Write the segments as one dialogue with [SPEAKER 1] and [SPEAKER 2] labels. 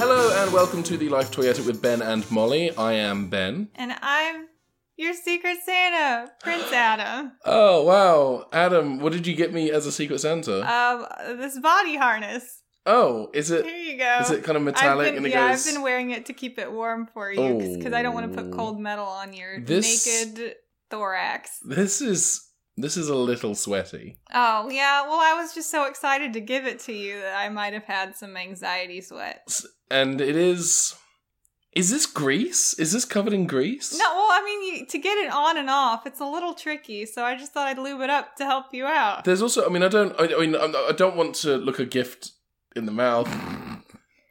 [SPEAKER 1] Hello and welcome to the Life Toyota with Ben and Molly. I am Ben.
[SPEAKER 2] And I'm your secret Santa, Prince Adam.
[SPEAKER 1] Oh wow, Adam, what did you get me as a Secret Santa?
[SPEAKER 2] Um, this body harness.
[SPEAKER 1] oh, is it
[SPEAKER 2] Here you go.
[SPEAKER 1] is it kind of
[SPEAKER 2] I've
[SPEAKER 1] metallic
[SPEAKER 2] been,
[SPEAKER 1] and it
[SPEAKER 2] yeah,
[SPEAKER 1] goes?
[SPEAKER 2] I've been wearing it to keep it warm for you because I don't want to put
[SPEAKER 1] Oh.
[SPEAKER 2] cold metal on your
[SPEAKER 1] This-
[SPEAKER 2] naked thorax.
[SPEAKER 1] This is this is a little sweaty.
[SPEAKER 2] Oh yeah, well I was just so excited to give it to you that I might have had some anxiety sweat.
[SPEAKER 1] and it is is this grease is this covered in grease
[SPEAKER 2] No, well I mean you, to get it on and off, it's a little tricky, so I just thought I'd lube it up to help you out.
[SPEAKER 1] there's also i mean i don't i, I mean I'm- i don't want to look a gift in the mouth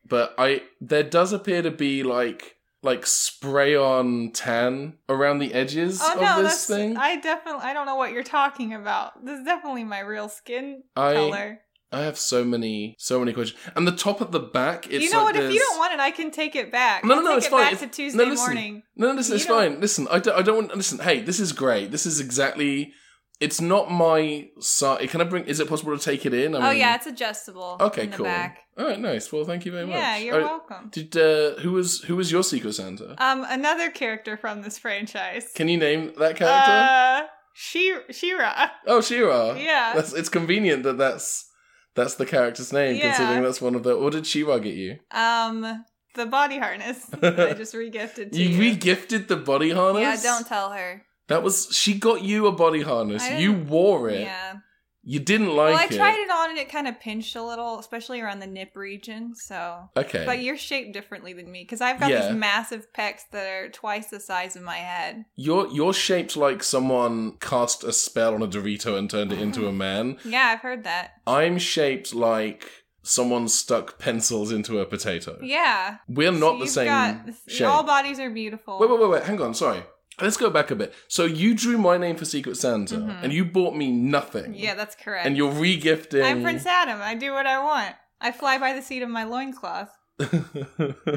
[SPEAKER 1] but i there does appear to be like like spray on tan around the edges
[SPEAKER 2] Oh
[SPEAKER 1] of
[SPEAKER 2] no,
[SPEAKER 1] this
[SPEAKER 2] that's
[SPEAKER 1] thing
[SPEAKER 2] I definitely I don't know what you're talking about. This is definitely my real skin
[SPEAKER 1] I,
[SPEAKER 2] color.
[SPEAKER 1] I have so many so many questions and the top at the back it's
[SPEAKER 2] you know
[SPEAKER 1] like
[SPEAKER 2] what? If you
[SPEAKER 1] this-
[SPEAKER 2] don't want it, I can take it back.
[SPEAKER 1] No, no,
[SPEAKER 2] I'll
[SPEAKER 1] no,
[SPEAKER 2] take
[SPEAKER 1] it's
[SPEAKER 2] it
[SPEAKER 1] fine.
[SPEAKER 2] back
[SPEAKER 1] It's-
[SPEAKER 2] to Tuesday
[SPEAKER 1] no, listen.
[SPEAKER 2] morning.
[SPEAKER 1] No, listen,
[SPEAKER 2] You
[SPEAKER 1] it's
[SPEAKER 2] don't-
[SPEAKER 1] fine. Listen, I don't, I don't want. Listen, hey, this is great. This is exactly. It's not my size. Can I bring? Is it possible to take it in? I
[SPEAKER 2] oh
[SPEAKER 1] mean-
[SPEAKER 2] yeah, it's adjustable.
[SPEAKER 1] Okay,
[SPEAKER 2] in the
[SPEAKER 1] cool.
[SPEAKER 2] Back.
[SPEAKER 1] All right, nice. Well, thank you very much.
[SPEAKER 2] Yeah, you're
[SPEAKER 1] All right,
[SPEAKER 2] welcome.
[SPEAKER 1] Did uh, who was who was your Secret Santa?
[SPEAKER 2] Um, another character from this franchise.
[SPEAKER 1] Can you name that character?
[SPEAKER 2] Uh, she Shira.
[SPEAKER 1] oh, Shira.
[SPEAKER 2] yeah.
[SPEAKER 1] That's it's convenient that that's that's the character's name,
[SPEAKER 2] Yeah.
[SPEAKER 1] considering that's one of the. What did Shira get you?
[SPEAKER 2] Um, the body harness that I just regifted to
[SPEAKER 1] You
[SPEAKER 2] you.
[SPEAKER 1] re-gifted the body harness.
[SPEAKER 2] yeah, don't tell her.
[SPEAKER 1] That was she got you a body harness.
[SPEAKER 2] I
[SPEAKER 1] You
[SPEAKER 2] didn't-
[SPEAKER 1] wore it.
[SPEAKER 2] Yeah.
[SPEAKER 1] You didn't
[SPEAKER 2] well, I
[SPEAKER 1] like it.
[SPEAKER 2] tried it on and it kind of pinched a little, especially around the nip region. So.
[SPEAKER 1] Okay.
[SPEAKER 2] But you're shaped differently than me because I've got
[SPEAKER 1] Yeah.
[SPEAKER 2] these massive pecs that are twice the size of my head.
[SPEAKER 1] You're you're shaped like someone cast a spell on a Dorito and turned it into a man.
[SPEAKER 2] Yeah, I've heard that.
[SPEAKER 1] I'm shaped like someone stuck pencils into a potato.
[SPEAKER 2] Yeah.
[SPEAKER 1] We're
[SPEAKER 2] So
[SPEAKER 1] not the
[SPEAKER 2] you've
[SPEAKER 1] same
[SPEAKER 2] got-
[SPEAKER 1] shape.
[SPEAKER 2] All bodies are beautiful.
[SPEAKER 1] wait, wait, wait, wait. Hang on. Sorry. Let's go back a bit. So you drew my name for Secret Santa,
[SPEAKER 2] Mhm.
[SPEAKER 1] and you bought me nothing.
[SPEAKER 2] Yeah, that's correct.
[SPEAKER 1] And you're regifting.
[SPEAKER 2] I'm Prince Adam. I do what I want. I fly by the seat of my loincloth.
[SPEAKER 1] I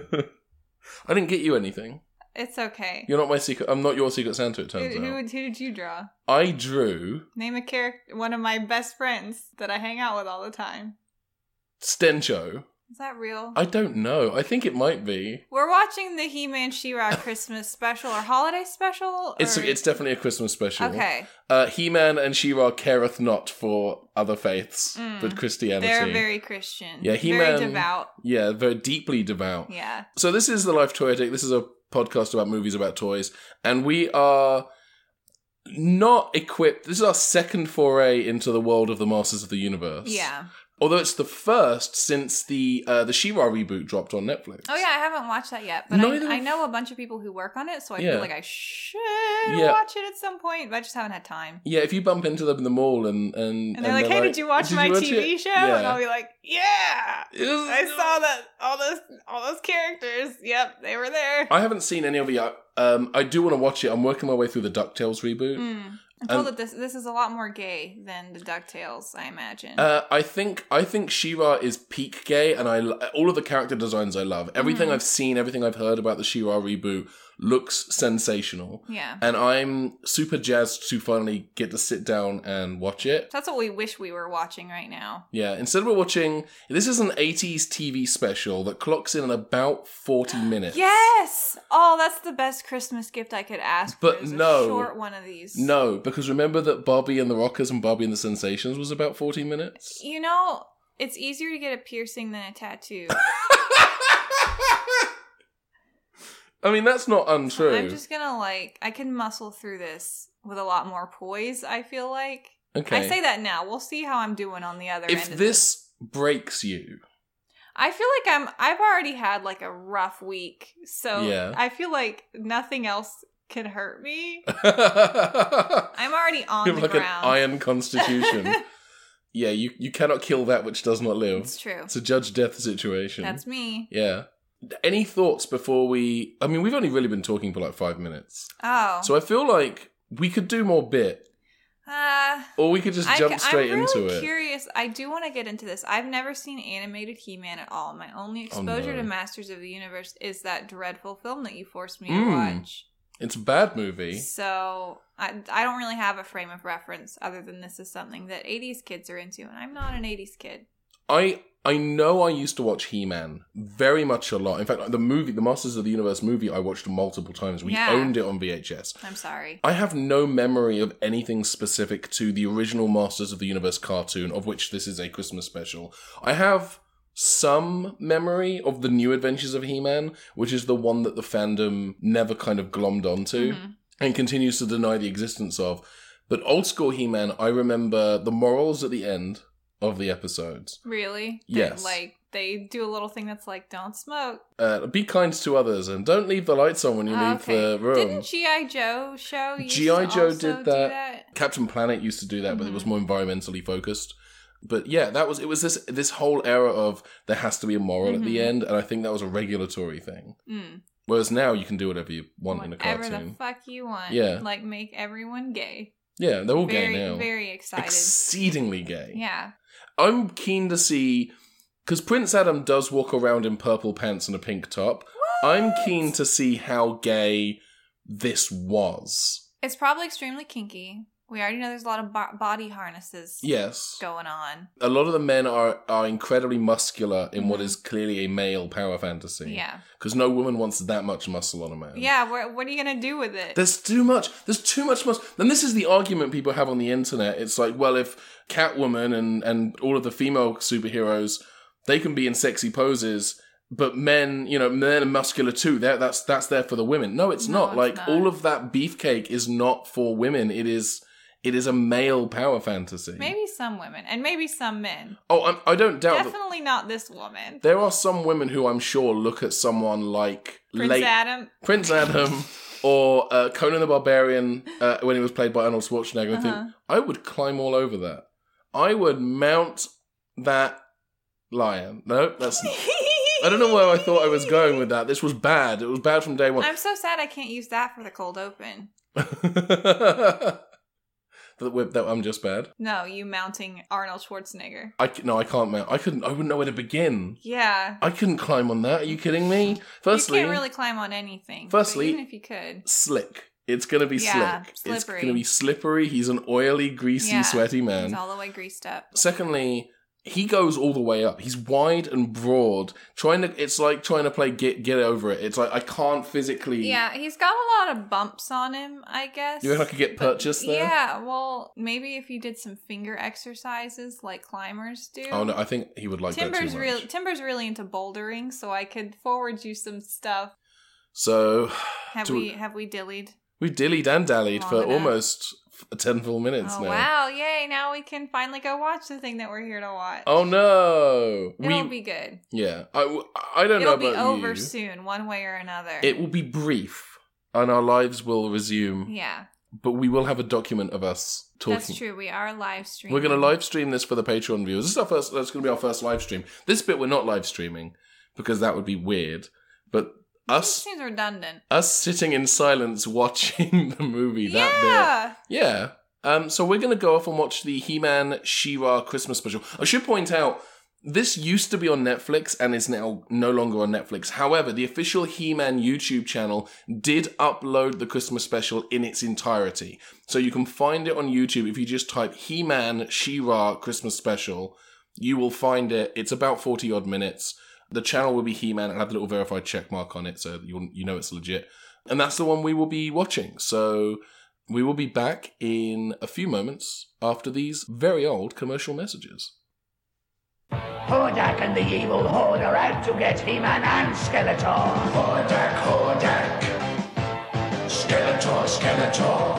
[SPEAKER 1] didn't get you anything.
[SPEAKER 2] It's okay.
[SPEAKER 1] You're not my secret. I'm not your Secret Santa. It
[SPEAKER 2] Who,
[SPEAKER 1] turns
[SPEAKER 2] who,
[SPEAKER 1] out.
[SPEAKER 2] would- who did you draw?
[SPEAKER 1] I drew
[SPEAKER 2] Name a character, one of my best friends that I hang out with all the time.
[SPEAKER 1] Stencho.
[SPEAKER 2] Is that real?
[SPEAKER 1] I don't know. I think it might be.
[SPEAKER 2] We're watching the He-Man She-Ra Christmas special or holiday special.
[SPEAKER 1] It's
[SPEAKER 2] or-
[SPEAKER 1] it's definitely a Christmas special.
[SPEAKER 2] okay.
[SPEAKER 1] Uh, He-Man and She-Ra careth not for other faiths,
[SPEAKER 2] Mm.
[SPEAKER 1] but Christianity.
[SPEAKER 2] They're very Christian.
[SPEAKER 1] Yeah, He-Man-
[SPEAKER 2] very devout.
[SPEAKER 1] yeah, they're deeply devout.
[SPEAKER 2] Yeah,
[SPEAKER 1] So this is the Life Toyetic. This is a podcast about movies about toys, and we are not equipped. This is our second foray into the world of the Masters of the Universe.
[SPEAKER 2] yeah.
[SPEAKER 1] Although it's the first since the uh, the She-Ra reboot dropped on Netflix.
[SPEAKER 2] Oh yeah, I haven't watched that yet, but
[SPEAKER 1] Neither
[SPEAKER 2] I, I
[SPEAKER 1] of-
[SPEAKER 2] know a bunch of people who work on it, so I
[SPEAKER 1] Yeah.
[SPEAKER 2] feel like I should
[SPEAKER 1] Yeah.
[SPEAKER 2] watch it at some point, but I just haven't had time.
[SPEAKER 1] Yeah, if you bump into them in the mall and and,
[SPEAKER 2] And they're like, "Hey, did you watch Oh, my TV show?" And I'll be like, "Yeah, I saw that all those all those characters. Yep, they were there."
[SPEAKER 1] I haven't seen any of it yet. Um, I do want to watch it. I'm working my way through the DuckTales reboot.
[SPEAKER 2] Mm. I'm told
[SPEAKER 1] Um,
[SPEAKER 2] that this this is a lot more gay than the Ducktales, I imagine.
[SPEAKER 1] Uh, I think I think Shira is peak gay, and I lo- all of the character designs I love. Everything
[SPEAKER 2] Mhm.
[SPEAKER 1] I've seen, everything I've heard about the Shira reboot looks sensational,
[SPEAKER 2] yeah,
[SPEAKER 1] and I'm super jazzed to finally get to sit down and watch it.
[SPEAKER 2] that's what we wish we were watching right now.
[SPEAKER 1] Yeah, instead we're watching this is an 80s TV special that clocks in at about 40 minutes.
[SPEAKER 2] Yes! Oh, that's the best Christmas gift I could ask.
[SPEAKER 1] But
[SPEAKER 2] for, is a
[SPEAKER 1] no.
[SPEAKER 2] short one of these.
[SPEAKER 1] No, because remember that Barbie and the Rockers and Barbie and the Sensations was about 40 minutes?
[SPEAKER 2] You know, it's easier to get a piercing than a tattoo.
[SPEAKER 1] I mean, that's not untrue.
[SPEAKER 2] I'm just gonna like I can muscle through this with a lot more poise, I feel like.
[SPEAKER 1] okay.
[SPEAKER 2] I say that now. We'll see how I'm doing on the other end
[SPEAKER 1] if
[SPEAKER 2] of
[SPEAKER 1] this, breaks you,
[SPEAKER 2] I feel like I'm I've already had like a rough week. So
[SPEAKER 1] Yeah.
[SPEAKER 2] I feel like nothing else can hurt me.
[SPEAKER 1] you have
[SPEAKER 2] I'm already on the
[SPEAKER 1] like
[SPEAKER 2] ground.
[SPEAKER 1] an iron constitution. yeah, you, you cannot kill that which does not live.
[SPEAKER 2] it's true.
[SPEAKER 1] It's a judge death situation.
[SPEAKER 2] That's me.
[SPEAKER 1] yeah. Any thoughts before we? I mean, we've only really been talking for like five minutes,
[SPEAKER 2] Oh.
[SPEAKER 1] so I feel like we could do more bit.
[SPEAKER 2] Uh,
[SPEAKER 1] Or we could just
[SPEAKER 2] I,
[SPEAKER 1] jump
[SPEAKER 2] am
[SPEAKER 1] straight
[SPEAKER 2] really
[SPEAKER 1] into it.
[SPEAKER 2] curious. I do want to get into this. I've never seen animated He-Man at all. My only
[SPEAKER 1] Oh,
[SPEAKER 2] exposure
[SPEAKER 1] no.
[SPEAKER 2] to Masters of the Universe is that dreadful film that you forced me
[SPEAKER 1] Mm.
[SPEAKER 2] to watch.
[SPEAKER 1] It's a bad movie.
[SPEAKER 2] So I, I don't really have a frame of reference other than this is something that 80s kids are into, and I'm not an 80s kid.
[SPEAKER 1] I I know I used to watch He Man very much a lot. In fact, the movie, the Masters of the Universe movie, I watched multiple times. We
[SPEAKER 2] Yeah.
[SPEAKER 1] owned it on VHS.
[SPEAKER 2] I'm sorry.
[SPEAKER 1] I have no memory of anything specific to the original Masters of the Universe cartoon, of which this is a Christmas special. I have some memory of the New Adventures of He Man, which is the one that the fandom never kind of glommed onto
[SPEAKER 2] Mhm.
[SPEAKER 1] and continues to deny the existence of. But old school He Man, I remember the morals at the end of the episodes.
[SPEAKER 2] Really?
[SPEAKER 1] Yes.
[SPEAKER 2] They, like they do a little thing that's like, "Don't smoke."
[SPEAKER 1] Uh, be kind to others and don't leave the lights on when you
[SPEAKER 2] Ah,
[SPEAKER 1] leave the room.
[SPEAKER 2] Didn't GI Joe show? used to
[SPEAKER 1] G.I. Joe
[SPEAKER 2] also
[SPEAKER 1] did
[SPEAKER 2] do
[SPEAKER 1] that.
[SPEAKER 2] that?
[SPEAKER 1] Captain Planet used to do that, but it was
[SPEAKER 2] Mhm.
[SPEAKER 1] more environmentally focused. But yeah, that was it. Was this this whole era of there has to be a moral at the
[SPEAKER 2] Mhm.
[SPEAKER 1] end, and I think that was a regulatory thing.
[SPEAKER 2] Mm.
[SPEAKER 1] Whereas now you can do whatever you want in a
[SPEAKER 2] Whatever the
[SPEAKER 1] cartoon.
[SPEAKER 2] fuck you want.
[SPEAKER 1] Yeah.
[SPEAKER 2] Like make everyone gay.
[SPEAKER 1] yeah, they're all
[SPEAKER 2] very,
[SPEAKER 1] gay now.
[SPEAKER 2] very excited.
[SPEAKER 1] Exceedingly gay.
[SPEAKER 2] yeah.
[SPEAKER 1] I'm keen to see because Prince Adam does walk around in purple pants and a pink top. I'm keen to see how gay this was.
[SPEAKER 2] It's probably extremely kinky. We already know there's a lot of bo- body harnesses
[SPEAKER 1] Yes.
[SPEAKER 2] going on.
[SPEAKER 1] a lot of the men are are incredibly muscular in what
[SPEAKER 2] Mhm.
[SPEAKER 1] is clearly a male power fantasy.
[SPEAKER 2] Yeah.
[SPEAKER 1] Because no woman wants that much muscle on a man.
[SPEAKER 2] Yeah. What, what are you going to do with it?
[SPEAKER 1] There's too much. There's too much muscle. And this is the argument people have on the internet. It's like, well, if Catwoman and, and all of the female superheroes, they can be in sexy poses, but men, you know, men are muscular too. That that's that's there for the women. No, it's
[SPEAKER 2] No,
[SPEAKER 1] not.
[SPEAKER 2] it's
[SPEAKER 1] like
[SPEAKER 2] not.
[SPEAKER 1] all of that beefcake is not for women. It is it is a male power fantasy.
[SPEAKER 2] maybe some women and maybe some men.
[SPEAKER 1] Oh, I'm, I don't doubt that
[SPEAKER 2] Definitely not this woman.
[SPEAKER 1] There are some women who I'm sure look at someone like
[SPEAKER 2] Prince
[SPEAKER 1] late
[SPEAKER 2] Adam.
[SPEAKER 1] Prince Adam or uh, Conan the Barbarian uh, when he was played by Arnold Schwarzenegger and
[SPEAKER 2] Uh-huh.
[SPEAKER 1] think, I would climb all over that. I would mount that lion. No, that's not. I don't know where I thought I was going with that. This was bad. It was bad from day one.
[SPEAKER 2] I'm so sad I can't use that for the cold open.
[SPEAKER 1] that, we're- that I'm just bad.
[SPEAKER 2] No, you mounting Arnold Schwarzenegger.
[SPEAKER 1] I, c- no, I can't mount. I couldn't. I wouldn't know where to begin.
[SPEAKER 2] Yeah.
[SPEAKER 1] I couldn't climb on that. Are you kidding me? Firstly,
[SPEAKER 2] you can't really climb on anything. but
[SPEAKER 1] firstly-
[SPEAKER 2] even if you could,
[SPEAKER 1] slick. It's gonna be
[SPEAKER 2] Yeah,
[SPEAKER 1] slick. It's
[SPEAKER 2] slippery.
[SPEAKER 1] gonna be slippery. He's an oily, greasy,
[SPEAKER 2] Yeah,
[SPEAKER 1] sweaty
[SPEAKER 2] it's
[SPEAKER 1] man.
[SPEAKER 2] all the way greased up.
[SPEAKER 1] Secondly, he goes all the way up. He's wide and broad. Trying to, it's like trying to play get get over it. It's like I can't physically.
[SPEAKER 2] Yeah, he's got a lot of bumps on him, I guess.
[SPEAKER 1] You reckon I could get purchased there?
[SPEAKER 2] Yeah, well, maybe if you did some finger exercises like climbers do.
[SPEAKER 1] Oh no, I think he would like that
[SPEAKER 2] Timber's
[SPEAKER 1] too much.
[SPEAKER 2] real Timber's really into bouldering, so I could forward you some stuff.
[SPEAKER 1] So
[SPEAKER 2] Have
[SPEAKER 1] Do-
[SPEAKER 2] we have we dillied?
[SPEAKER 1] we dillied and dallied
[SPEAKER 2] Long
[SPEAKER 1] for
[SPEAKER 2] enough.
[SPEAKER 1] almost f- ten full minutes
[SPEAKER 2] Oh
[SPEAKER 1] now.
[SPEAKER 2] wow, yay, now we can finally go watch the thing that we're here to watch.
[SPEAKER 1] Oh no,
[SPEAKER 2] It'll
[SPEAKER 1] we
[SPEAKER 2] be good.
[SPEAKER 1] yeah. I w- I don't
[SPEAKER 2] It'll
[SPEAKER 1] know
[SPEAKER 2] be
[SPEAKER 1] about
[SPEAKER 2] over
[SPEAKER 1] you.
[SPEAKER 2] soon, one way or another.
[SPEAKER 1] It will be brief, and our lives will resume.
[SPEAKER 2] yeah.
[SPEAKER 1] but we will have a document of us talking.
[SPEAKER 2] That's true. We are live streaming.
[SPEAKER 1] We're going to live stream this for the Patreon viewers. This is our first. That's going to be our first live stream. This bit we're not live streaming because that would be weird. But us
[SPEAKER 2] Seems redundant.
[SPEAKER 1] us sitting in silence watching the movie that
[SPEAKER 2] yeah.
[SPEAKER 1] bit. Yeah. Um. So we're going to go off and watch the He-Man She-Ra Christmas special. I should point out. This used to be on Netflix and is now no longer on Netflix. However, the official He-Man YouTube channel did upload the Christmas special in its entirety. So you can find it on YouTube if you just type He Man She Ra Christmas Special. You will find it. It's about 40 odd minutes. The channel will be He Man and have the little verified check mark on it so you'll, you know it's legit. And that's the one we will be watching. So we will be back in a few moments after these very old commercial messages.
[SPEAKER 3] Hordak and the evil horde are out to get He-Man and Skeletor. Hordak, Hordak. Skeletor, Skeletor.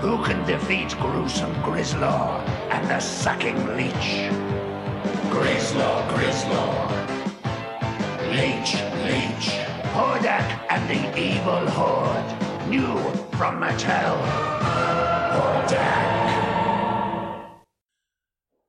[SPEAKER 3] Who can defeat gruesome Grislaw and the sucking leech? Grislaw, Grislaw. Leech, Leech. Hordak and the evil horde. New from Mattel. Hordak.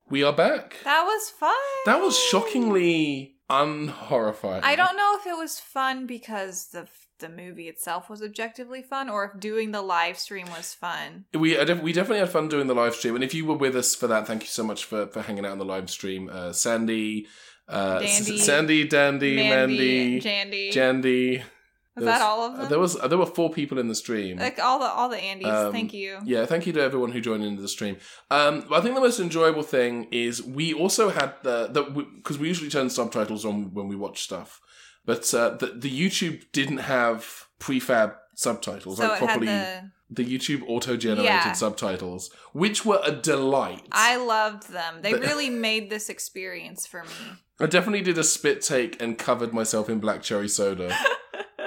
[SPEAKER 1] We are back.
[SPEAKER 2] That was fun.
[SPEAKER 1] That was shockingly unhorrifying.
[SPEAKER 2] I don't know if it was fun because the the movie itself was objectively fun, or if doing the live stream was fun.
[SPEAKER 1] We I def- we definitely had fun doing the live stream, and if you were with us for that, thank you so much for for hanging out on the live stream, uh, Sandy. Uh,
[SPEAKER 2] Dandy,
[SPEAKER 1] S- Sandy, Dandy,
[SPEAKER 2] Mandy,
[SPEAKER 1] Mandy,
[SPEAKER 2] Jandy.
[SPEAKER 1] Jandy.
[SPEAKER 2] was
[SPEAKER 1] There
[SPEAKER 2] that all of them?
[SPEAKER 1] There was uh, there were four people in the stream.
[SPEAKER 2] like all the all the Andes.
[SPEAKER 1] Um,
[SPEAKER 2] Thank you.
[SPEAKER 1] Yeah, thank you to everyone who joined into the stream. Um, I think the most enjoyable thing is we also had the that because we usually turn subtitles on when we watch stuff, but uh, the the YouTube didn't have prefab subtitles
[SPEAKER 2] so
[SPEAKER 1] like
[SPEAKER 2] it had
[SPEAKER 1] properly
[SPEAKER 2] the.
[SPEAKER 1] the YouTube auto generated
[SPEAKER 2] Yeah.
[SPEAKER 1] subtitles, which were a delight.
[SPEAKER 2] I loved them. They
[SPEAKER 1] The-
[SPEAKER 2] really made this experience for me.
[SPEAKER 1] I definitely did a spit take and covered myself in black cherry soda.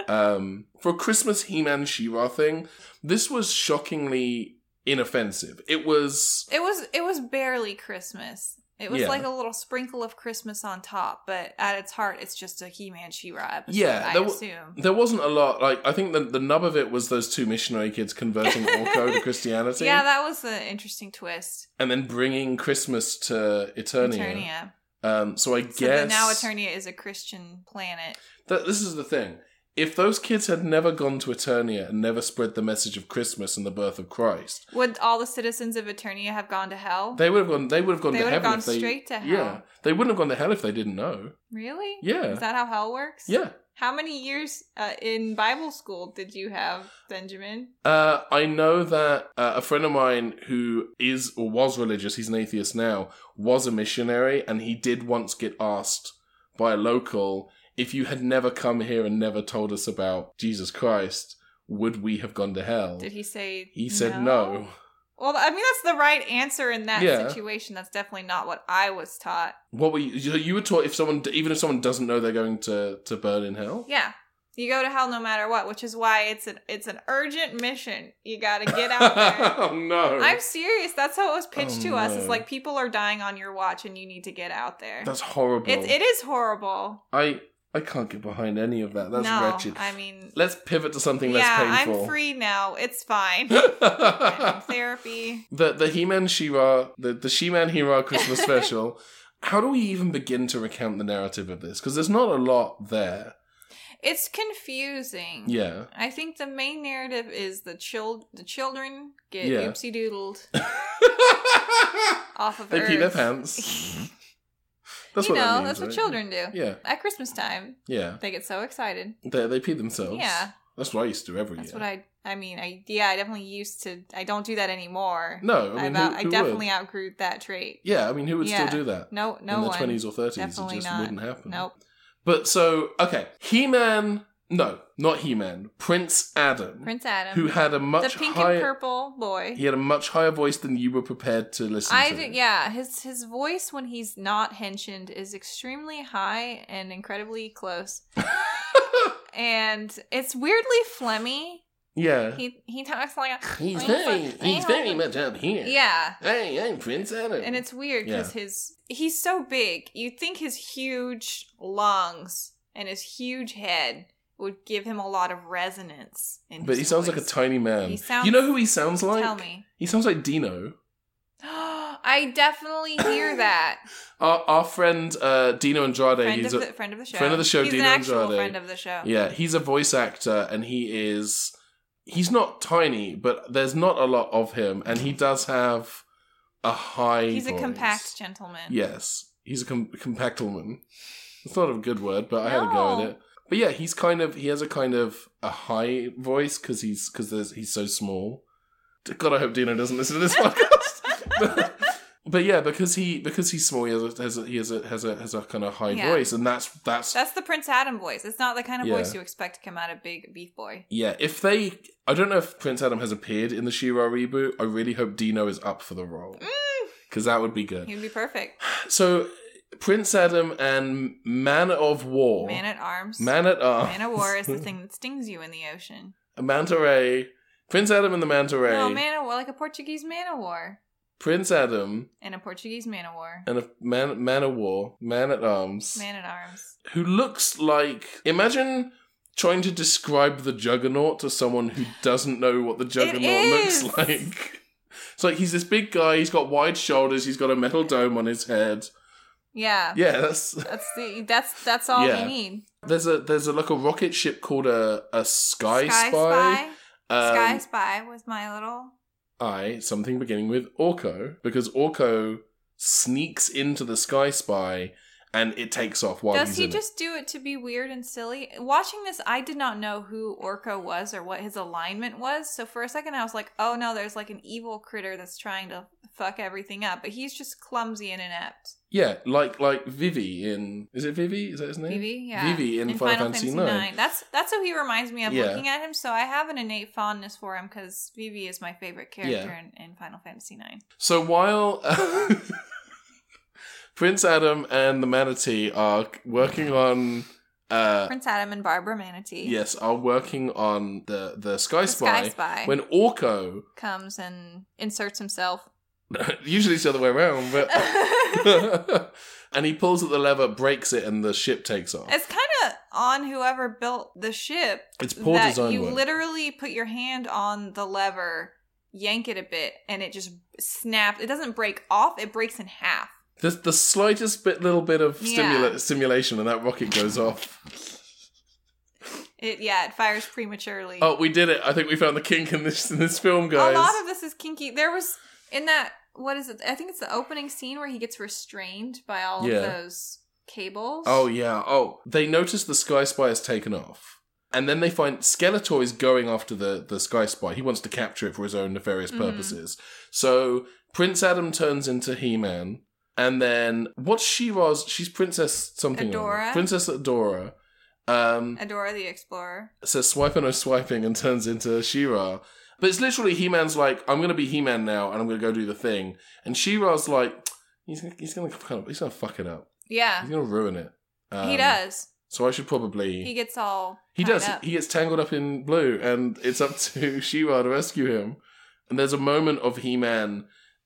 [SPEAKER 1] um, for a Christmas He Man She Ra thing, this was shockingly inoffensive. It was.
[SPEAKER 2] It was it was barely Christmas. It was
[SPEAKER 1] Yeah.
[SPEAKER 2] like a little sprinkle of Christmas on top, but at its heart, it's just a He-Man She-Ra episode.
[SPEAKER 1] Yeah,
[SPEAKER 2] I
[SPEAKER 1] there wa-
[SPEAKER 2] assume.
[SPEAKER 1] There wasn't a lot. Like I think the the nub of it was those two missionary kids converting Orko to Christianity,
[SPEAKER 2] Yeah, that was an interesting twist.
[SPEAKER 1] and then bringing Christmas to Eternia.
[SPEAKER 2] Eternia.
[SPEAKER 1] Um, so I
[SPEAKER 2] So
[SPEAKER 1] guess
[SPEAKER 2] that now Eternia is a Christian planet.
[SPEAKER 1] That this is the thing. If those kids had never gone to Eternia and never spread the message of Christmas and the birth of Christ,
[SPEAKER 2] Would all the citizens of Eternia have gone to hell?
[SPEAKER 1] they would have gone. They would have gone
[SPEAKER 2] They
[SPEAKER 1] to
[SPEAKER 2] would have
[SPEAKER 1] heaven.
[SPEAKER 2] gone
[SPEAKER 1] if they,
[SPEAKER 2] straight to hell.
[SPEAKER 1] Yeah, they wouldn't have gone to hell if they didn't know.
[SPEAKER 2] Really?
[SPEAKER 1] Yeah.
[SPEAKER 2] Is that how hell works?
[SPEAKER 1] Yeah,
[SPEAKER 2] How many years uh, in Bible school did you have, Benjamin?
[SPEAKER 1] uh, I know that uh, a friend of mine who is or was religious, he's an atheist now, was a missionary, and he did once get asked by a local if you had never come here and never told us about Jesus Christ, would we have gone to hell?
[SPEAKER 2] Did he say?
[SPEAKER 1] he said no.
[SPEAKER 2] Well, I mean that's the right answer in that
[SPEAKER 1] Yeah.
[SPEAKER 2] situation. That's definitely not what I was taught.
[SPEAKER 1] What were you? so You were taught if someone, even if someone doesn't know they're going to to burn in hell.
[SPEAKER 2] Yeah. You go to hell no matter what, which is why it's an it's an urgent mission. You got to get out there.
[SPEAKER 1] oh no!
[SPEAKER 2] I'm serious. That's how it was pitched
[SPEAKER 1] Oh,
[SPEAKER 2] to us. It's
[SPEAKER 1] no.
[SPEAKER 2] like people are dying on your watch, and you need to get out there.
[SPEAKER 1] That's horrible.
[SPEAKER 2] It's it is horrible.
[SPEAKER 1] I I can't get behind any of that. That's
[SPEAKER 2] no,
[SPEAKER 1] wretched.
[SPEAKER 2] I mean,
[SPEAKER 1] Let's pivot to something
[SPEAKER 2] yeah,
[SPEAKER 1] less painful.
[SPEAKER 2] I'm free now. It's fine. I'm in
[SPEAKER 1] the
[SPEAKER 2] therapy.
[SPEAKER 1] the He-Man She-Ra, the the She-Man He-Ra Christmas special. How do we even begin to recount the narrative of this? Because there's not a lot there.
[SPEAKER 2] It's confusing.
[SPEAKER 1] Yeah.
[SPEAKER 2] I think the main narrative is the child the children get
[SPEAKER 1] Yeah.
[SPEAKER 2] oopsie doodled off of
[SPEAKER 1] they
[SPEAKER 2] Earth.
[SPEAKER 1] pee their pants. That's
[SPEAKER 2] you
[SPEAKER 1] what
[SPEAKER 2] know,
[SPEAKER 1] that means,
[SPEAKER 2] that's what
[SPEAKER 1] right?
[SPEAKER 2] children do.
[SPEAKER 1] Yeah,
[SPEAKER 2] At Christmas time,
[SPEAKER 1] yeah.
[SPEAKER 2] they get so excited.
[SPEAKER 1] They they pee themselves.
[SPEAKER 2] Yeah.
[SPEAKER 1] That's what I used to do every
[SPEAKER 2] That's
[SPEAKER 1] year.
[SPEAKER 2] what I I mean, I yeah, I definitely used to I don't do that anymore.
[SPEAKER 1] No, I mean,
[SPEAKER 2] I, about,
[SPEAKER 1] who,
[SPEAKER 2] I
[SPEAKER 1] who
[SPEAKER 2] definitely
[SPEAKER 1] Would?
[SPEAKER 2] outgrew that trait.
[SPEAKER 1] Yeah, I mean, who would
[SPEAKER 2] Yeah.
[SPEAKER 1] still do that?
[SPEAKER 2] No no
[SPEAKER 1] in the
[SPEAKER 2] one.
[SPEAKER 1] twenties or thirties, it
[SPEAKER 2] Definitely
[SPEAKER 1] just
[SPEAKER 2] not.
[SPEAKER 1] wouldn't happen.
[SPEAKER 2] Nope.
[SPEAKER 1] But so okay, He Man. No, not He Man. Prince Adam,
[SPEAKER 2] Prince Adam.
[SPEAKER 1] who had a
[SPEAKER 2] Um, the
[SPEAKER 1] much
[SPEAKER 2] pink and
[SPEAKER 1] higher.
[SPEAKER 2] purple boy.
[SPEAKER 1] He had a much higher voice than you were prepared to listen
[SPEAKER 2] I
[SPEAKER 1] to.
[SPEAKER 2] d- yeah, his his voice when he's not henching is extremely high and incredibly close. and it's weirdly phlegmy.
[SPEAKER 1] yeah.
[SPEAKER 2] He he talks like a,
[SPEAKER 1] He's very, he's very much up here.
[SPEAKER 2] yeah.
[SPEAKER 1] Hey, I'm Prince Adam.
[SPEAKER 2] And it's weird because his he's so big. You'd think his huge lungs and his huge head would give him a lot of resonance. In
[SPEAKER 1] But
[SPEAKER 2] his
[SPEAKER 1] he sounds like a
[SPEAKER 2] voice.
[SPEAKER 1] tiny man.
[SPEAKER 2] He sounds-
[SPEAKER 1] you know who he sounds like?
[SPEAKER 2] Tell me.
[SPEAKER 1] He sounds like Dino.
[SPEAKER 2] I definitely hear that.
[SPEAKER 1] Our, our friend uh, Dino Andrade.
[SPEAKER 2] Friend
[SPEAKER 1] he's
[SPEAKER 2] of,
[SPEAKER 1] a,
[SPEAKER 2] the, friend of the show.
[SPEAKER 1] friend of the show,
[SPEAKER 2] He's
[SPEAKER 1] Dino
[SPEAKER 2] an actual
[SPEAKER 1] Andrade.
[SPEAKER 2] friend of the show.
[SPEAKER 1] Yeah, he's a voice actor and he is he's not tiny, but there's not a lot of him and he does have a high
[SPEAKER 2] He's a
[SPEAKER 1] voice.
[SPEAKER 2] compact gentleman.
[SPEAKER 1] Yes. He's a com- compact woman. It's not a good word, but I had a go
[SPEAKER 2] No.
[SPEAKER 1] at it. But yeah, he's kind of he has a kind of a high voice cuz he's cuz there's he's so small. God, I hope Dino doesn't listen to this podcast. But yeah, because he because he's small, he has a, has a, he has a has a has a kind of high
[SPEAKER 2] Yeah.
[SPEAKER 1] voice, and that's that's
[SPEAKER 2] That's the Prince Adam voice. It's not the kind of
[SPEAKER 1] Yeah.
[SPEAKER 2] voice you expect to come out of Big Beef Boy.
[SPEAKER 1] Yeah, if they, I don't know if Prince Adam has appeared in the She-Ra reboot. I really hope Dino is up for the role
[SPEAKER 2] Mm.
[SPEAKER 1] because that would be good.
[SPEAKER 2] He would be perfect.
[SPEAKER 1] So, Prince Adam and Man of War,
[SPEAKER 2] Man at arms.
[SPEAKER 1] Man at Arms,
[SPEAKER 2] Man of war is the thing that stings you in the ocean.
[SPEAKER 1] a Manta Ray, Prince Adam and the Manta Ray,
[SPEAKER 2] No, man of war, like a Portuguese man of war.
[SPEAKER 1] Prince Adam
[SPEAKER 2] And a Portuguese man of war.
[SPEAKER 1] and a Man Man of War, Man at Arms,
[SPEAKER 2] Man at arms.
[SPEAKER 1] who looks like imagine. Trying to describe the Juggernaut to someone who doesn't know what the Juggernaut looks
[SPEAKER 2] is.
[SPEAKER 1] like. It's like he's this big guy, he's got wide shoulders, he's got a metal dome on his head.
[SPEAKER 2] Yeah.
[SPEAKER 1] Yeah, that's
[SPEAKER 2] That's the that's that's all
[SPEAKER 1] Yeah.
[SPEAKER 2] we need.
[SPEAKER 1] there's a there's a like a rocket ship called a a Sky, Spy.
[SPEAKER 2] Sky
[SPEAKER 1] Um,
[SPEAKER 2] Spy was my little
[SPEAKER 1] I something beginning with Orko because Orko sneaks into the Sky Spy and it takes off while
[SPEAKER 2] Does
[SPEAKER 1] he's
[SPEAKER 2] he
[SPEAKER 1] in
[SPEAKER 2] just do it to be weird and silly? Watching this, I did not know who Orko was or what his alignment was. So for a second, I was like, "Oh no, there's like an evil critter that's trying to fuck everything up." But he's just clumsy and inept.
[SPEAKER 1] it. Yeah, like like Vivi in is it Vivi? Is that his name?
[SPEAKER 2] Vivi, yeah,
[SPEAKER 1] Vivi in Final Fantasy IX.
[SPEAKER 2] IX. That's that's who he reminds me of
[SPEAKER 1] Yeah.
[SPEAKER 2] looking at him. So I have an innate fondness for him because Vivi is my favorite character
[SPEAKER 1] Yeah.
[SPEAKER 2] in, in Final Fantasy IX.
[SPEAKER 1] So while Prince Adam and the Manatee are working on uh
[SPEAKER 2] Prince Adam and Barbara Manatee.
[SPEAKER 1] yes, are working on the the Sky
[SPEAKER 2] The
[SPEAKER 1] Spy.
[SPEAKER 2] Sky Spy
[SPEAKER 1] When Orko
[SPEAKER 2] comes and inserts himself.
[SPEAKER 1] usually it's the other way around, but and he pulls at the lever, breaks it, and the ship takes off.
[SPEAKER 2] It's kind of on whoever built the ship
[SPEAKER 1] It's poor
[SPEAKER 2] that
[SPEAKER 1] design
[SPEAKER 2] you
[SPEAKER 1] work.
[SPEAKER 2] literally put your hand on the lever, yank it a bit, and it just snaps. It doesn't break off; it breaks in half.
[SPEAKER 1] There's the slightest bit, little bit of stimula-
[SPEAKER 2] Yeah.
[SPEAKER 1] stimulation, and that rocket goes off.
[SPEAKER 2] It yeah, it fires prematurely.
[SPEAKER 1] Oh, we did it! I think we found the kink in this in this film,
[SPEAKER 2] a
[SPEAKER 1] guys.
[SPEAKER 2] lot of this is kinky. There was in that what is it? I think it's the opening scene where he gets restrained by all
[SPEAKER 1] Yeah.
[SPEAKER 2] of those cables.
[SPEAKER 1] oh yeah. Oh, they notice the Sky Spy has taken off, and then they find Skeletor is going after the the Sky Spy. He wants to capture it for his own nefarious
[SPEAKER 2] Mhm.
[SPEAKER 1] purposes. So Prince Adam turns into He Man, and then what's She-Ra's? She's Princess something. or other.
[SPEAKER 2] Adora?
[SPEAKER 1] Princess Adora. Um,
[SPEAKER 2] Adora the Explorer.
[SPEAKER 1] says swipe or no swiping and turns into She-Ra. But it's literally He-Man's like, I'm gonna be He-Man now and I'm gonna go do the thing. And She-Ra's like, he's gonna, he's gonna kind of, he's gonna fuck it up.
[SPEAKER 2] Yeah,
[SPEAKER 1] He's gonna ruin it. Um,
[SPEAKER 2] he does.
[SPEAKER 1] So I should probably.
[SPEAKER 2] He
[SPEAKER 1] He,
[SPEAKER 2] gets all. tied
[SPEAKER 1] does.
[SPEAKER 2] up.
[SPEAKER 1] He gets tangled up in blue, and it's up to She-Ra to rescue him. And there's a moment of He-Man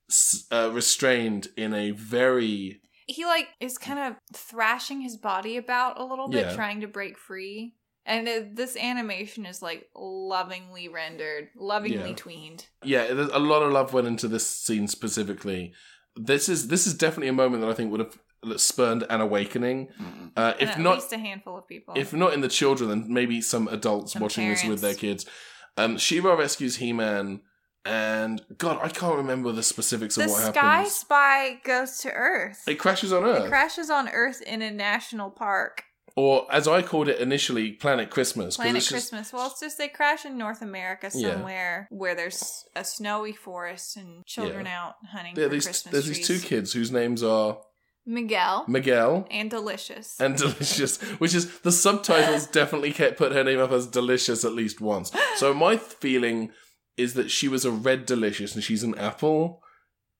[SPEAKER 1] s- uh, restrained in a very
[SPEAKER 2] he like is kind of thrashing his body about a little bit
[SPEAKER 1] Yeah.
[SPEAKER 2] trying to break free and it, this animation is like lovingly rendered lovingly
[SPEAKER 1] Yeah.
[SPEAKER 2] tweened
[SPEAKER 1] yeah there's a lot of love went into this scene specifically this is this is definitely a moment that i think would have spurned an awakening uh,
[SPEAKER 2] And
[SPEAKER 1] if
[SPEAKER 2] at
[SPEAKER 1] not
[SPEAKER 2] least a handful of people
[SPEAKER 1] if not in the children then maybe some adults
[SPEAKER 2] Some
[SPEAKER 1] watching this with
[SPEAKER 2] parents.
[SPEAKER 1] their kids um shira rescues he-man and god i can't remember the specifics
[SPEAKER 2] the
[SPEAKER 1] of what
[SPEAKER 2] sky
[SPEAKER 1] happens
[SPEAKER 2] spy goes to earth
[SPEAKER 1] it crashes on earth
[SPEAKER 2] It crashes on earth in a national park
[SPEAKER 1] or as i called it initially planet christmas 'cause
[SPEAKER 2] planet
[SPEAKER 1] it's just-
[SPEAKER 2] christmas well it's just they crash in north america
[SPEAKER 1] Yeah.
[SPEAKER 2] somewhere where there's a snowy forest and children out hunting
[SPEAKER 1] there are
[SPEAKER 2] for
[SPEAKER 1] these-
[SPEAKER 2] christmas
[SPEAKER 1] there's
[SPEAKER 2] trees
[SPEAKER 1] these two kids whose names are
[SPEAKER 2] miguel
[SPEAKER 1] miguel
[SPEAKER 2] and delicious
[SPEAKER 1] and delicious, which is the subtitles definitely kept put her name up as delicious at least once. So my th- feeling is that she was a red delicious and she's an apple.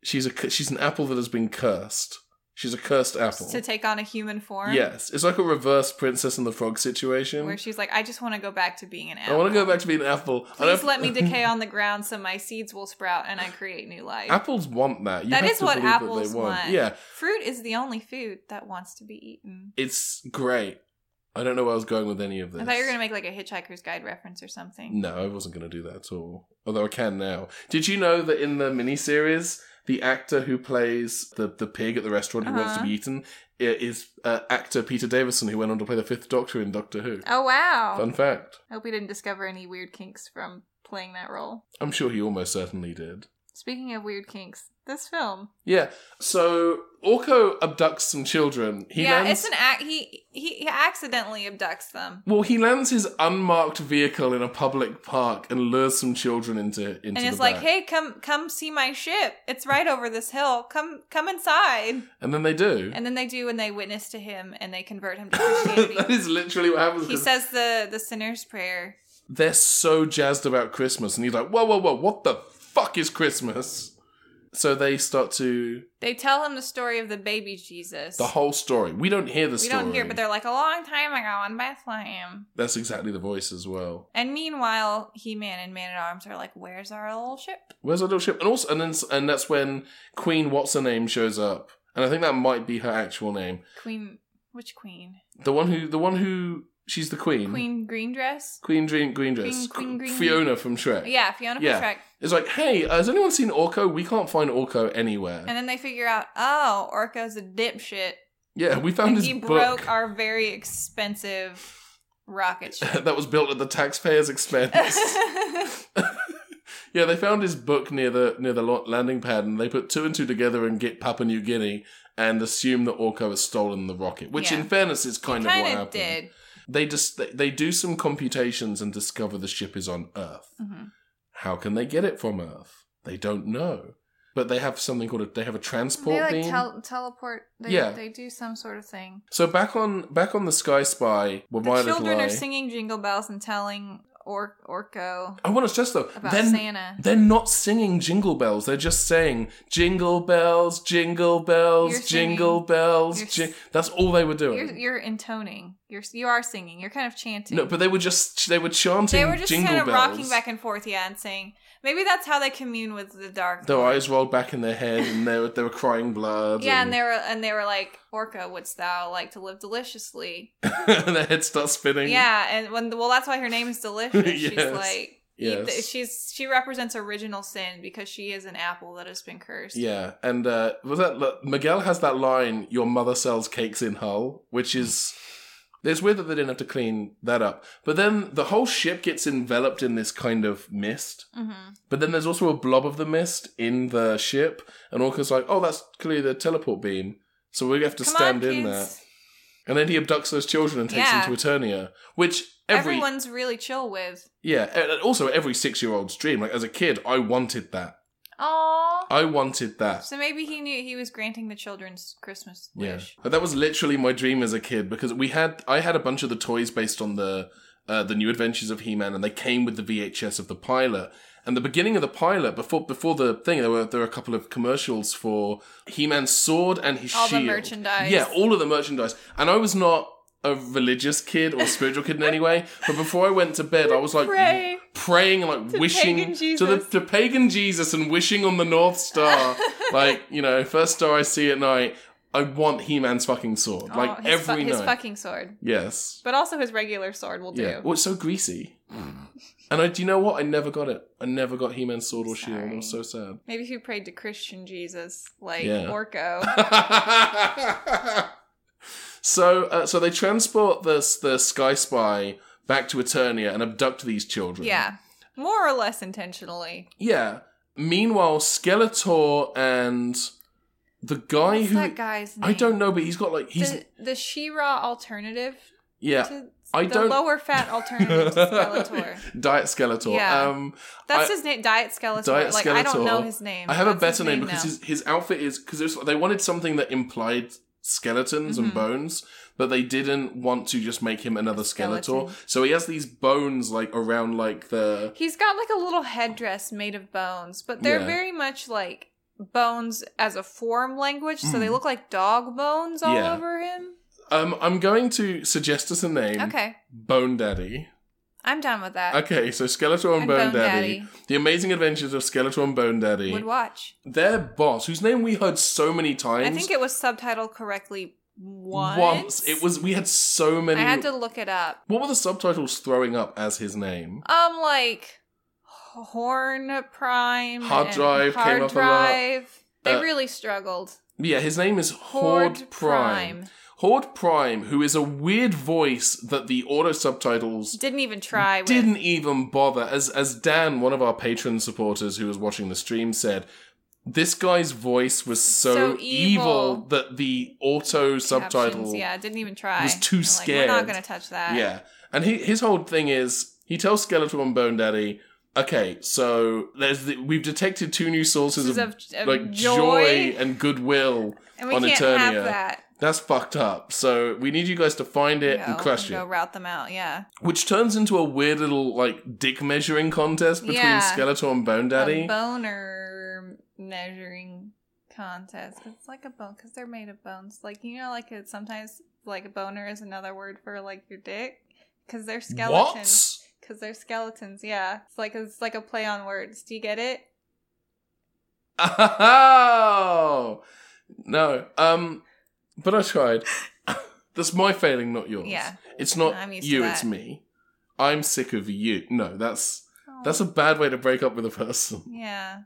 [SPEAKER 1] She's a cu- she's an apple that has been cursed. She's a cursed apple.
[SPEAKER 2] to take on a human form
[SPEAKER 1] yes, it's like a reverse Princess and the Frog situation.
[SPEAKER 2] where she's like, I just want to go back to being an
[SPEAKER 1] I
[SPEAKER 2] apple.
[SPEAKER 1] want to go back to being an apple. I
[SPEAKER 2] Please
[SPEAKER 1] don't-
[SPEAKER 2] let me decay on the ground so my seeds will sprout and I create new life.
[SPEAKER 1] Apples want that. You
[SPEAKER 2] that
[SPEAKER 1] have
[SPEAKER 2] is
[SPEAKER 1] to
[SPEAKER 2] what
[SPEAKER 1] believe that they
[SPEAKER 2] apples want.
[SPEAKER 1] Yeah,
[SPEAKER 2] Fruit is the only food that wants to be eaten.
[SPEAKER 1] it's great. I don't know where I was going with any of this.
[SPEAKER 2] I thought you were going to make like a Hitchhiker's Guide reference or something.
[SPEAKER 1] No, I wasn't going to do that at all. Although I can now. Did you know that in the miniseries, the actor who plays the, the pig at the restaurant who wants to
[SPEAKER 2] Uh-huh.
[SPEAKER 1] be eaten i- is uh, actor Peter Davison, who went on to play the Fifth Doctor in Doctor Who.
[SPEAKER 2] Oh, wow.
[SPEAKER 1] Fun fact.
[SPEAKER 2] I hope we didn't discover any weird kinks from playing that role.
[SPEAKER 1] I'm sure he almost certainly did.
[SPEAKER 2] Speaking of weird kinks, this film.
[SPEAKER 1] Yeah. So Orko abducts some children. He
[SPEAKER 2] yeah,
[SPEAKER 1] lands.
[SPEAKER 2] it's an act. He, he he accidentally abducts them,
[SPEAKER 1] well, he lands his unmarked vehicle in a public park and lures some children into into
[SPEAKER 2] and
[SPEAKER 1] the
[SPEAKER 2] it's like,
[SPEAKER 1] back.
[SPEAKER 2] "Hey, come come see my ship. It's right over this hill. Come come inside."
[SPEAKER 1] and then they do.
[SPEAKER 2] And then they do, and they witness to him, and they convert him to Christianity.
[SPEAKER 1] that is literally what happens.
[SPEAKER 2] he
[SPEAKER 1] 'cause-
[SPEAKER 2] says the the sinner's prayer.
[SPEAKER 1] they're so jazzed about Christmas, and he's like, "Whoa, whoa, whoa! What the fuck is Christmas?" So they start to
[SPEAKER 2] They tell him the story of the baby Jesus.
[SPEAKER 1] the whole story. We don't hear the
[SPEAKER 2] we
[SPEAKER 1] story.
[SPEAKER 2] don't hear, it, but they're like a long time ago in Bethlehem.
[SPEAKER 1] that's exactly the voice as well.
[SPEAKER 2] And meanwhile, He Man and Man at Arms are like, "Where's our little ship?"
[SPEAKER 1] Where's our little ship? And also, and then, and that's when Queen what's her name shows up, and I think that might be her actual name.
[SPEAKER 2] Queen, which queen?
[SPEAKER 1] The one who, the one who, she's the queen.
[SPEAKER 2] Queen Green Dress.
[SPEAKER 1] Queen Dream, Green Dress.
[SPEAKER 2] Queen- Queen Green-
[SPEAKER 1] Fiona from Shrek.
[SPEAKER 2] Yeah, Fiona
[SPEAKER 1] Yeah.
[SPEAKER 2] Patrick.
[SPEAKER 1] It's like, hey, uh, has anyone seen Orko? We can't find Orko anywhere.
[SPEAKER 2] And then they figure out, oh, Orko's a dipshit.
[SPEAKER 1] Yeah, we found
[SPEAKER 2] And
[SPEAKER 1] his
[SPEAKER 2] he
[SPEAKER 1] book
[SPEAKER 2] broke our very expensive rocket ship.
[SPEAKER 1] that was built at the taxpayer's expense. yeah, they found his book near the near the lo- landing pad, and they put two and two together and get Papua New Guinea and assume that Orko has stolen the rocket, which,
[SPEAKER 2] Yeah.
[SPEAKER 1] in fairness, is kind of what
[SPEAKER 2] kind of
[SPEAKER 1] happened.
[SPEAKER 2] did.
[SPEAKER 1] They just they, they do some computations and discover the ship is on Earth.
[SPEAKER 2] hmm
[SPEAKER 1] How can they get it from Earth? They don't know, but they have something called a they have a transport
[SPEAKER 2] They like
[SPEAKER 1] beam.
[SPEAKER 2] tel- teleport. They,
[SPEAKER 1] Yeah.
[SPEAKER 2] they do some sort of thing.
[SPEAKER 1] so back on back on the Sky Spy, where my
[SPEAKER 2] The
[SPEAKER 1] little
[SPEAKER 2] children
[SPEAKER 1] eye.
[SPEAKER 2] are singing jingle bells and telling or- Orko
[SPEAKER 1] I want to stress though,
[SPEAKER 2] about
[SPEAKER 1] then
[SPEAKER 2] Santa.
[SPEAKER 1] They're not singing jingle bells. They're just saying jingle bells, jingle bells,
[SPEAKER 2] You're
[SPEAKER 1] jingle
[SPEAKER 2] singing.
[SPEAKER 1] bells.
[SPEAKER 2] You're s-
[SPEAKER 1] jing-" That's all they were
[SPEAKER 2] You're,
[SPEAKER 1] doing.
[SPEAKER 2] you're intoning. You're you are singing. You're kind of chanting.
[SPEAKER 1] no, but they were just they were chanting
[SPEAKER 2] they were just
[SPEAKER 1] jingle
[SPEAKER 2] kind of
[SPEAKER 1] bells.
[SPEAKER 2] rocking back and forth, yeah, and saying maybe that's how they commune with the dark.
[SPEAKER 1] Their eyes rolled back in their head, and they were they were crying blood.
[SPEAKER 2] yeah, and they were and they were like, "Orca, wouldst thou like to live deliciously?"
[SPEAKER 1] and their head starts spinning.
[SPEAKER 2] yeah, and when well, that's why her name is delicious. She's
[SPEAKER 1] Yes.
[SPEAKER 2] like.
[SPEAKER 1] Yes.
[SPEAKER 2] She's she represents original sin because she is an apple that has been cursed.
[SPEAKER 1] Yeah, and uh, was that look, Miguel has that line? Your mother sells cakes in Hull, which is it's weird that they didn't have to clean that up. But then the whole ship gets enveloped in this kind of mist.
[SPEAKER 2] Mm-hmm.
[SPEAKER 1] But then there's also a blob of the mist in the ship, and Orca's like, "Oh, that's clearly the teleport beam." So we have to stand in there. And then he abducts those children and takes
[SPEAKER 2] Yeah.
[SPEAKER 1] them to Eternia, which every
[SPEAKER 2] Everyone's really chill with.
[SPEAKER 1] yeah, and also every six year old's dream. Like as a kid, I wanted that.
[SPEAKER 2] Oh.
[SPEAKER 1] I wanted that.
[SPEAKER 2] So maybe he knew he was granting the children's Christmas
[SPEAKER 1] Yeah,
[SPEAKER 2] wish.
[SPEAKER 1] but that was literally my dream as a kid because we had I had a bunch of the toys based on the uh, the New Adventures of He Man, and they came with the VHS of the pilot. And the beginning of the pilot, before before the thing, there were there were a couple of commercials for He Man's sword and his
[SPEAKER 2] All the
[SPEAKER 1] shield.
[SPEAKER 2] merchandise.
[SPEAKER 1] Yeah, all of the merchandise. And I was not a religious kid or spiritual kid in any way, but before I went to bed, I was like
[SPEAKER 2] Pray.
[SPEAKER 1] praying and like
[SPEAKER 2] To
[SPEAKER 1] wishing
[SPEAKER 2] pagan
[SPEAKER 1] to the
[SPEAKER 2] Jesus.
[SPEAKER 1] to pagan Jesus and wishing on the North Star. like you know, first star I see at night, I want He Man's fucking sword.
[SPEAKER 2] Oh,
[SPEAKER 1] like
[SPEAKER 2] his fu-
[SPEAKER 1] every
[SPEAKER 2] his
[SPEAKER 1] night.
[SPEAKER 2] fucking sword,
[SPEAKER 1] yes.
[SPEAKER 2] but also his regular sword will do.
[SPEAKER 1] Yeah. Well, it's so greasy.
[SPEAKER 2] Mm.
[SPEAKER 1] and I, do you know what? I never got it. I never got He Man's sword or shield. and I was so
[SPEAKER 2] Sorry.
[SPEAKER 1] sad.
[SPEAKER 2] Maybe if you prayed to Christian Jesus, like
[SPEAKER 1] Yeah.
[SPEAKER 2] Orko.
[SPEAKER 1] so, uh, so they transport the the Sky Spy back to Eternia and abduct these children.
[SPEAKER 2] yeah, more or less intentionally.
[SPEAKER 1] Yeah. Meanwhile, Skeletor and the guy
[SPEAKER 2] What's
[SPEAKER 1] who
[SPEAKER 2] that guy's name?
[SPEAKER 1] I don't know, but he's got like he's
[SPEAKER 2] the the Shira alternative
[SPEAKER 1] yeah
[SPEAKER 2] to
[SPEAKER 1] I
[SPEAKER 2] the
[SPEAKER 1] don't-
[SPEAKER 2] lower fat alternative to Skeletor.
[SPEAKER 1] Diet Skeletor.
[SPEAKER 2] Yeah.
[SPEAKER 1] Um,
[SPEAKER 2] That's
[SPEAKER 1] I-
[SPEAKER 2] his name, Diet Skeletor.
[SPEAKER 1] Diet
[SPEAKER 2] like I don't
[SPEAKER 1] Skeletor.
[SPEAKER 2] know his name.
[SPEAKER 1] I have a
[SPEAKER 2] That's
[SPEAKER 1] better name, because
[SPEAKER 2] now.
[SPEAKER 1] his his outfit is because they wanted something that implied skeletons and
[SPEAKER 2] Mhm.
[SPEAKER 1] bones, but they didn't want to just make him another Skeletor.
[SPEAKER 2] skeleton.
[SPEAKER 1] So he has these bones like around like the
[SPEAKER 2] He's got like a little headdress made of bones, but they're
[SPEAKER 1] Yeah.
[SPEAKER 2] very much like bones as a form language, so they
[SPEAKER 1] Mm.
[SPEAKER 2] look like dog bones all
[SPEAKER 1] Yeah.
[SPEAKER 2] over him.
[SPEAKER 1] um. I'm going to suggest us a name.
[SPEAKER 2] Okay,
[SPEAKER 1] Bone Daddy.
[SPEAKER 2] I'm done with that.
[SPEAKER 1] Okay, so Skeletor and,
[SPEAKER 2] And
[SPEAKER 1] Bone,
[SPEAKER 2] Bone
[SPEAKER 1] Daddy,
[SPEAKER 2] Daddy.
[SPEAKER 1] The Amazing Adventures of Skeletor and Bone Daddy.
[SPEAKER 2] Would watch.
[SPEAKER 1] Their boss, whose name we heard so many times.
[SPEAKER 2] I think it was subtitled correctly once.
[SPEAKER 1] It was we had so many.
[SPEAKER 2] I had to look it up.
[SPEAKER 1] What were the subtitles throwing up as his name?
[SPEAKER 2] Um, like Horn Prime,
[SPEAKER 1] Hard
[SPEAKER 2] and
[SPEAKER 1] Drive came up
[SPEAKER 2] Hard
[SPEAKER 1] a lot.
[SPEAKER 2] Drive. They
[SPEAKER 1] Uh,
[SPEAKER 2] really struggled.
[SPEAKER 1] Yeah, his name is
[SPEAKER 2] Horde,
[SPEAKER 1] Horde,
[SPEAKER 2] Prime.
[SPEAKER 1] Prime. Horde Prime, who is a weird voice that the auto subtitles
[SPEAKER 2] didn't even try. With.
[SPEAKER 1] didn't even bother. As as Dan, one of our patron supporters who was watching the stream, said, this guy's voice was so,
[SPEAKER 2] So evil.
[SPEAKER 1] that the auto
[SPEAKER 2] captions.
[SPEAKER 1] subtitle
[SPEAKER 2] Yeah, didn't even try.
[SPEAKER 1] was too
[SPEAKER 2] Like,
[SPEAKER 1] scared.
[SPEAKER 2] We're not gonna touch that.
[SPEAKER 1] Yeah. And he, his whole thing is he tells Skeletor and Bone Daddy, okay, so there's the, we've detected two new sources
[SPEAKER 2] This
[SPEAKER 1] of,
[SPEAKER 2] is of, of
[SPEAKER 1] like joy. and goodwill.
[SPEAKER 2] and we
[SPEAKER 1] on
[SPEAKER 2] can't have
[SPEAKER 1] Eternia.
[SPEAKER 2] that.
[SPEAKER 1] That's fucked up. So we need you guys to find it and
[SPEAKER 2] Go-
[SPEAKER 1] crush
[SPEAKER 2] go
[SPEAKER 1] it.
[SPEAKER 2] route them out. Yeah,
[SPEAKER 1] Which turns into a weird little like dick measuring contest between
[SPEAKER 2] Yeah.
[SPEAKER 1] Skeletor and Bone Daddy.
[SPEAKER 2] a boner measuring contest. It's like a bone because they're made of bones. Like you know, like it, sometimes like a boner is another word for like your dick because they're skeletons.
[SPEAKER 1] what?
[SPEAKER 2] Because they're skeletons. Yeah, it's like it's like a play on words. Do you get it?
[SPEAKER 1] Oh no. Um, but I tried. that's my failing, not yours.
[SPEAKER 2] Yeah.
[SPEAKER 1] It's not
[SPEAKER 2] I'm used to
[SPEAKER 1] you.
[SPEAKER 2] that.
[SPEAKER 1] It's me. I'm sick of you. No, that's that's
[SPEAKER 2] Oh,
[SPEAKER 1] a bad way to break up with a person.
[SPEAKER 2] yeah.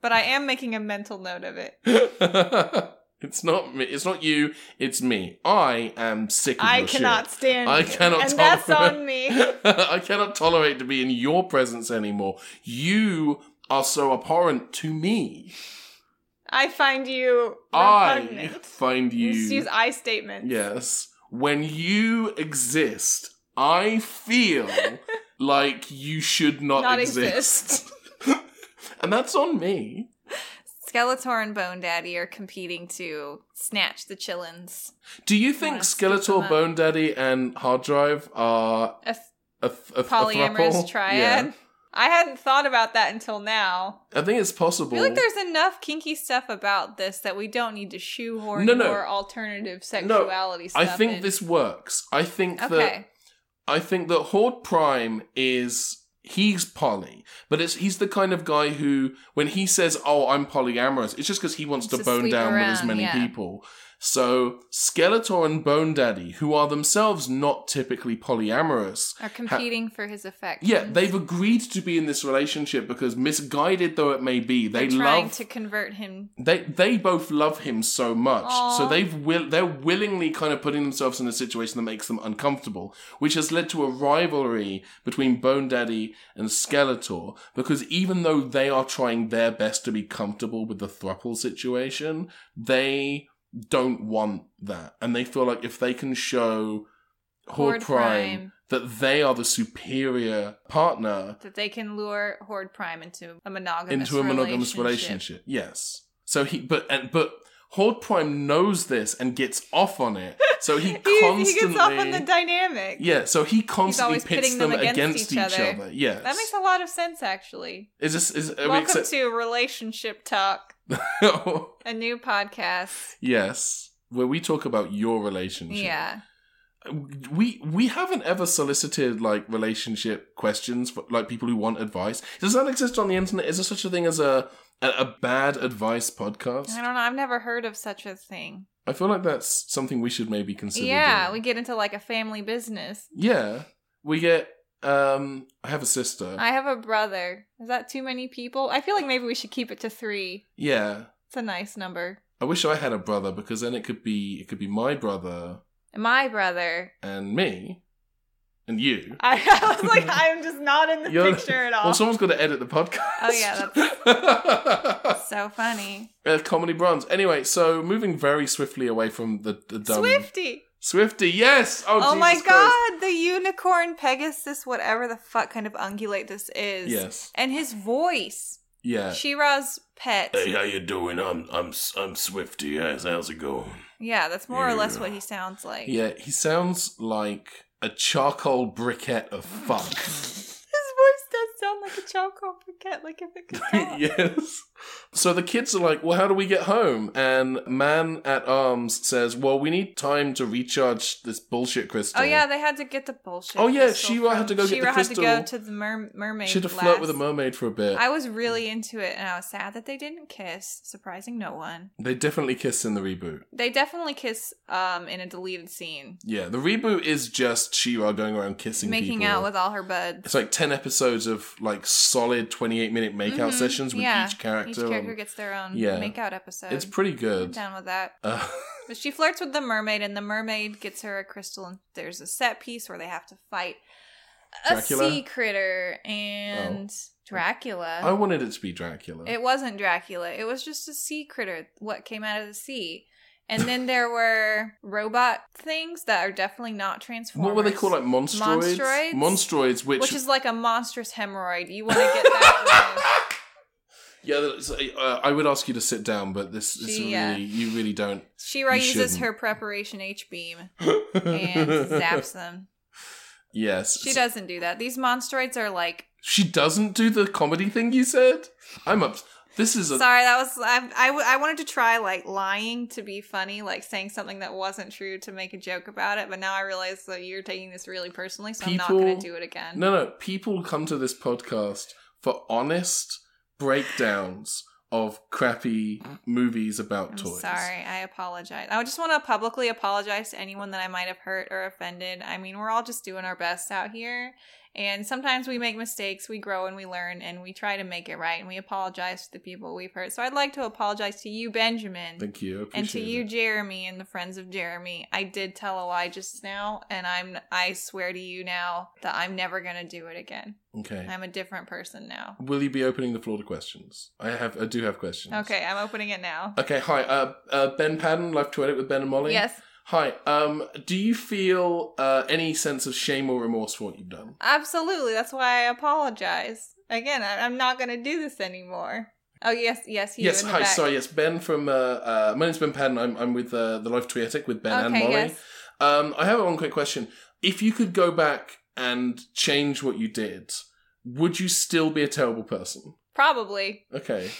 [SPEAKER 2] But I am making a mental note of it.
[SPEAKER 1] but It's not me. It's not you. It's me. I am sick of
[SPEAKER 4] I
[SPEAKER 1] your shit.
[SPEAKER 4] cannot stand
[SPEAKER 1] I
[SPEAKER 4] you,
[SPEAKER 1] cannot
[SPEAKER 4] And that's
[SPEAKER 1] tolerate-
[SPEAKER 4] on me.
[SPEAKER 1] I cannot tolerate to be in your presence anymore. You are so abhorrent to me.
[SPEAKER 4] I find you
[SPEAKER 1] I
[SPEAKER 4] repugnant.
[SPEAKER 1] find you.
[SPEAKER 4] Just use I statements.
[SPEAKER 1] Yes. When you exist, I feel like you should not,
[SPEAKER 4] Not
[SPEAKER 1] exist. and that's on me.
[SPEAKER 2] Skeletor and Bone Daddy are competing to snatch the chillins.
[SPEAKER 1] Do you think
[SPEAKER 2] wanna scoop them
[SPEAKER 1] Skeletor,
[SPEAKER 2] up.
[SPEAKER 1] Bone Daddy, and Hard Drive are
[SPEAKER 2] A f-
[SPEAKER 1] a, th- a, th- a
[SPEAKER 2] polyamorous
[SPEAKER 1] throuple?
[SPEAKER 2] triad.
[SPEAKER 1] Yeah.
[SPEAKER 4] I hadn't thought about that until now.
[SPEAKER 1] I think it's
[SPEAKER 2] I
[SPEAKER 1] possible.
[SPEAKER 2] feel like there's enough kinky stuff about this that we don't need to shoehorn
[SPEAKER 1] No, no.
[SPEAKER 2] more alternative sexuality
[SPEAKER 1] I
[SPEAKER 2] stuff.
[SPEAKER 1] think
[SPEAKER 2] in.
[SPEAKER 1] this works. I think that
[SPEAKER 2] Okay.
[SPEAKER 1] I think that Horde Prime is he's poly, but it's he's the kind of guy who when he says, "Oh, I'm polyamorous," it's just because he wants to
[SPEAKER 2] Just to
[SPEAKER 1] bone
[SPEAKER 2] sleep
[SPEAKER 1] down with as
[SPEAKER 2] around,
[SPEAKER 1] many
[SPEAKER 2] yeah.
[SPEAKER 1] people. So Skeletor and Bone Daddy, who are themselves not typically polyamorous,
[SPEAKER 2] Are competing for his affection.
[SPEAKER 1] yeah, they've agreed to be in this relationship because misguided though it may be, they
[SPEAKER 2] They're trying
[SPEAKER 1] love
[SPEAKER 2] to convert him.
[SPEAKER 1] they they both love him so much, so
[SPEAKER 2] Aw.
[SPEAKER 1] they've will they're willingly kind of putting themselves in a situation that makes them uncomfortable, which has led to a rivalry between Bone Daddy and Skeletor. Because even though they are trying their best to be comfortable with the thruple situation, they don't want that, and they feel like if they can show Horde,
[SPEAKER 2] Horde
[SPEAKER 1] Prime,
[SPEAKER 2] Prime.
[SPEAKER 1] that they are the superior partner,
[SPEAKER 2] That they can lure Horde Prime into a monogamous
[SPEAKER 1] into a monogamous relationship. Yes. So he, but and but Horde Prime knows this and gets off on it. So he
[SPEAKER 4] He,
[SPEAKER 1] constantly,
[SPEAKER 4] he gets off on the dynamic.
[SPEAKER 1] yeah. So he constantly
[SPEAKER 2] always
[SPEAKER 1] pits
[SPEAKER 2] pitting
[SPEAKER 1] them
[SPEAKER 2] them
[SPEAKER 1] against,
[SPEAKER 2] against
[SPEAKER 1] each,
[SPEAKER 2] each
[SPEAKER 1] other.
[SPEAKER 2] other.
[SPEAKER 1] Yes.
[SPEAKER 4] That makes a lot of sense, actually.
[SPEAKER 1] is this is I mean,
[SPEAKER 4] Welcome
[SPEAKER 1] except-
[SPEAKER 4] to Relationship Talk, a new podcast.
[SPEAKER 1] yes, where we talk about your relationship.
[SPEAKER 2] Yeah.
[SPEAKER 1] we we haven't ever solicited like relationship questions for like people who want advice. Does that exist on the internet? Is there such a thing as a a, a bad advice podcast?
[SPEAKER 2] I don't know. I've never heard of such a thing.
[SPEAKER 1] I feel like that's something we should maybe consider.
[SPEAKER 2] yeah,
[SPEAKER 1] doing.
[SPEAKER 2] we get into like a family business.
[SPEAKER 1] Yeah, we get. Um, I have a sister.
[SPEAKER 2] I have a brother. Is that too many people? I feel like maybe we should keep it to three.
[SPEAKER 1] yeah,
[SPEAKER 2] It's a nice number.
[SPEAKER 1] I wish I had a brother because then it could be it could be my brother
[SPEAKER 2] My brother.
[SPEAKER 1] and me, and you.
[SPEAKER 4] I, I was like, I'm just not in the
[SPEAKER 1] You're-
[SPEAKER 4] picture at all.
[SPEAKER 1] Well, someone's got to edit the podcast.
[SPEAKER 2] Oh, yeah,
[SPEAKER 1] that's
[SPEAKER 2] So funny.
[SPEAKER 1] uh, comedy bronze. Anyway, so moving very swiftly away from the the dumb
[SPEAKER 4] Swifty.
[SPEAKER 1] Swifty. Yes. Oh,
[SPEAKER 2] oh my
[SPEAKER 1] Jesus Christ.
[SPEAKER 2] god, the unicorn Pegasus, whatever the fuck kind of ungulate this is.
[SPEAKER 1] Yes.
[SPEAKER 2] And his voice.
[SPEAKER 1] Yeah.
[SPEAKER 2] Shira's pet.
[SPEAKER 1] how you doing? I'm I'm I'm Swifty. Yes, how's it going?
[SPEAKER 2] Yeah, that's more or less
[SPEAKER 1] Yeah.
[SPEAKER 2] what he sounds like.
[SPEAKER 1] Yeah, he sounds like a charcoal briquette of fuck.
[SPEAKER 4] His voice does sound like a charcoal briquette, like if it could talk.
[SPEAKER 1] yes. So the kids are like, well, how do we get home? And man at arms says, well, we need time to recharge this bullshit crystal.
[SPEAKER 2] Oh yeah, they had to get the bullshit.
[SPEAKER 1] Oh, yeah,
[SPEAKER 2] crystal
[SPEAKER 1] She-Ra
[SPEAKER 2] from-
[SPEAKER 1] had to go get the
[SPEAKER 2] She-Ra
[SPEAKER 1] crystal.
[SPEAKER 2] had to go to the mer- mermaid.
[SPEAKER 1] She had to
[SPEAKER 2] last.
[SPEAKER 1] flirt with a mermaid for a bit.
[SPEAKER 2] I was really into it, and I was sad that they didn't kiss, surprising no one.
[SPEAKER 1] they definitely kiss in the reboot.
[SPEAKER 2] They definitely kiss um in a deleted scene,
[SPEAKER 1] Yeah, the reboot is just She-Ra going around kissing
[SPEAKER 2] making
[SPEAKER 1] people.
[SPEAKER 2] out with all her buds.
[SPEAKER 1] It's like 10 episodes of like solid 28 minute makeout
[SPEAKER 2] Mhm,
[SPEAKER 1] sessions with
[SPEAKER 2] yeah.
[SPEAKER 1] each character.
[SPEAKER 2] Each character
[SPEAKER 1] and
[SPEAKER 2] gets their own
[SPEAKER 1] um, Yeah.
[SPEAKER 2] makeout episode.
[SPEAKER 1] it's pretty
[SPEAKER 2] I'm
[SPEAKER 1] good.
[SPEAKER 2] down with that.
[SPEAKER 1] Uh,
[SPEAKER 2] But she flirts with the mermaid, and the mermaid gets her a crystal. And there's a set piece where they have to fight a
[SPEAKER 1] Dracula? Oh.
[SPEAKER 2] sea critter and Dracula.
[SPEAKER 1] I wanted it to be Dracula.
[SPEAKER 2] It wasn't Dracula. It was just a sea critter, what came out of the sea. And then there were robot things that are definitely not transformers.
[SPEAKER 1] what were they called? Like monstroids?
[SPEAKER 2] Monstroids?
[SPEAKER 1] Monstroids, which,
[SPEAKER 2] Which, is like a monstrous hemorrhoid. You want to get that?
[SPEAKER 1] Yeah, that's- uh, I would ask you to sit down, but this is
[SPEAKER 2] She,
[SPEAKER 1] really
[SPEAKER 2] uh,
[SPEAKER 1] you really don't.
[SPEAKER 2] Shira
[SPEAKER 1] You
[SPEAKER 2] uses
[SPEAKER 1] shouldn't.
[SPEAKER 2] her preparation H beam and zaps them.
[SPEAKER 1] Yes,
[SPEAKER 2] She doesn't do that. These monstroids are like.
[SPEAKER 1] She doesn't do the comedy thing you said. I'm up. This is a
[SPEAKER 2] Sorry, that was I, I. w- I wanted to try like lying to be funny, like saying something that wasn't true to make a joke about it. But now I realize that you're taking this really personally, so I'm
[SPEAKER 1] People-
[SPEAKER 2] not going to do it again.
[SPEAKER 1] no, no. People come to this podcast for honest breakdowns of crappy movies about
[SPEAKER 2] I'm
[SPEAKER 1] toys.
[SPEAKER 2] sorry. I apologize. I just want to publicly apologize to anyone that I might have hurt or offended. I mean, we're all just doing our best out here, And sometimes we make mistakes, we grow and we learn, and we try to make it right. And we apologize to the people we've hurt. So I'd like to apologize to you, Benjamin,
[SPEAKER 1] Thank you. I
[SPEAKER 2] and to
[SPEAKER 1] appreciate
[SPEAKER 2] you,
[SPEAKER 1] it.
[SPEAKER 2] Jeremy, and the friends of Jeremy. I did tell a lie just now, and I'm I swear to you now that I'm never gonna do it again.
[SPEAKER 1] Okay.
[SPEAKER 2] I'm a different person now.
[SPEAKER 1] Will you be opening the floor to questions? I have. I do have questions.
[SPEAKER 2] Okay, I'm opening it now.
[SPEAKER 1] Okay. Hi. Uh, uh, Ben Padden, Life to Edit with Ben and Molly.
[SPEAKER 2] Yes,
[SPEAKER 1] Hi. Um, do you feel uh, any sense of shame or remorse for what you've done?
[SPEAKER 2] absolutely. That's why I apologize again. I, I'm not gonna do this anymore. Oh yes, yes, you.
[SPEAKER 1] yes.
[SPEAKER 2] in the
[SPEAKER 1] Hi.
[SPEAKER 2] back.
[SPEAKER 1] Sorry. Yes. Ben from. Uh, uh, my name's Ben Padden. I'm, I'm with uh, the Life to Edit with Ben and
[SPEAKER 2] Okay,
[SPEAKER 1] Molly.
[SPEAKER 2] yes.
[SPEAKER 1] Um, I have one quick question. If you could go back and change what you did, would you still be a terrible person?
[SPEAKER 2] Probably.
[SPEAKER 1] Okay.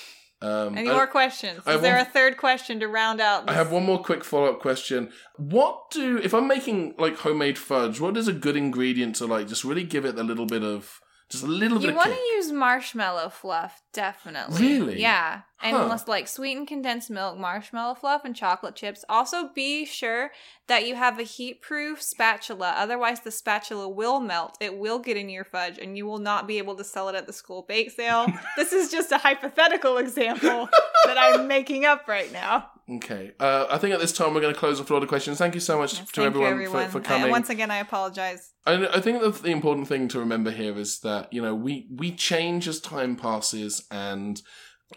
[SPEAKER 1] Um,
[SPEAKER 2] Any
[SPEAKER 1] I-
[SPEAKER 2] more questions?
[SPEAKER 1] I
[SPEAKER 2] Is there
[SPEAKER 1] have
[SPEAKER 2] a third question to round out?
[SPEAKER 1] I
[SPEAKER 2] this-
[SPEAKER 1] have one more quick follow up question. What do if I'm making like homemade fudge? What is a good ingredient to like just really give it a little bit of just a little
[SPEAKER 2] You
[SPEAKER 1] bit
[SPEAKER 2] want
[SPEAKER 1] of
[SPEAKER 2] to
[SPEAKER 1] kick?
[SPEAKER 2] use marshmallow fluff, definitely.
[SPEAKER 1] Really?
[SPEAKER 2] Yeah. And
[SPEAKER 1] Huh.
[SPEAKER 2] unless like sweetened condensed milk, marshmallow fluff, and chocolate chips. Also, be sure that you have a heat proof spatula. Otherwise, the spatula will melt. It will get in your fudge, and you will not be able to sell it at the school bake sale. this is just a hypothetical example that I'm making up right now.
[SPEAKER 1] Okay, uh, I think at this time we're going to close the floor to questions. Thank you so much
[SPEAKER 2] Yes,
[SPEAKER 1] to
[SPEAKER 2] thank
[SPEAKER 1] everyone,
[SPEAKER 2] you, everyone.
[SPEAKER 1] For, for
[SPEAKER 2] I-
[SPEAKER 1] coming.
[SPEAKER 2] once again, I apologize.
[SPEAKER 1] I, I think the, the important thing to remember here is that you know we we change as time passes, and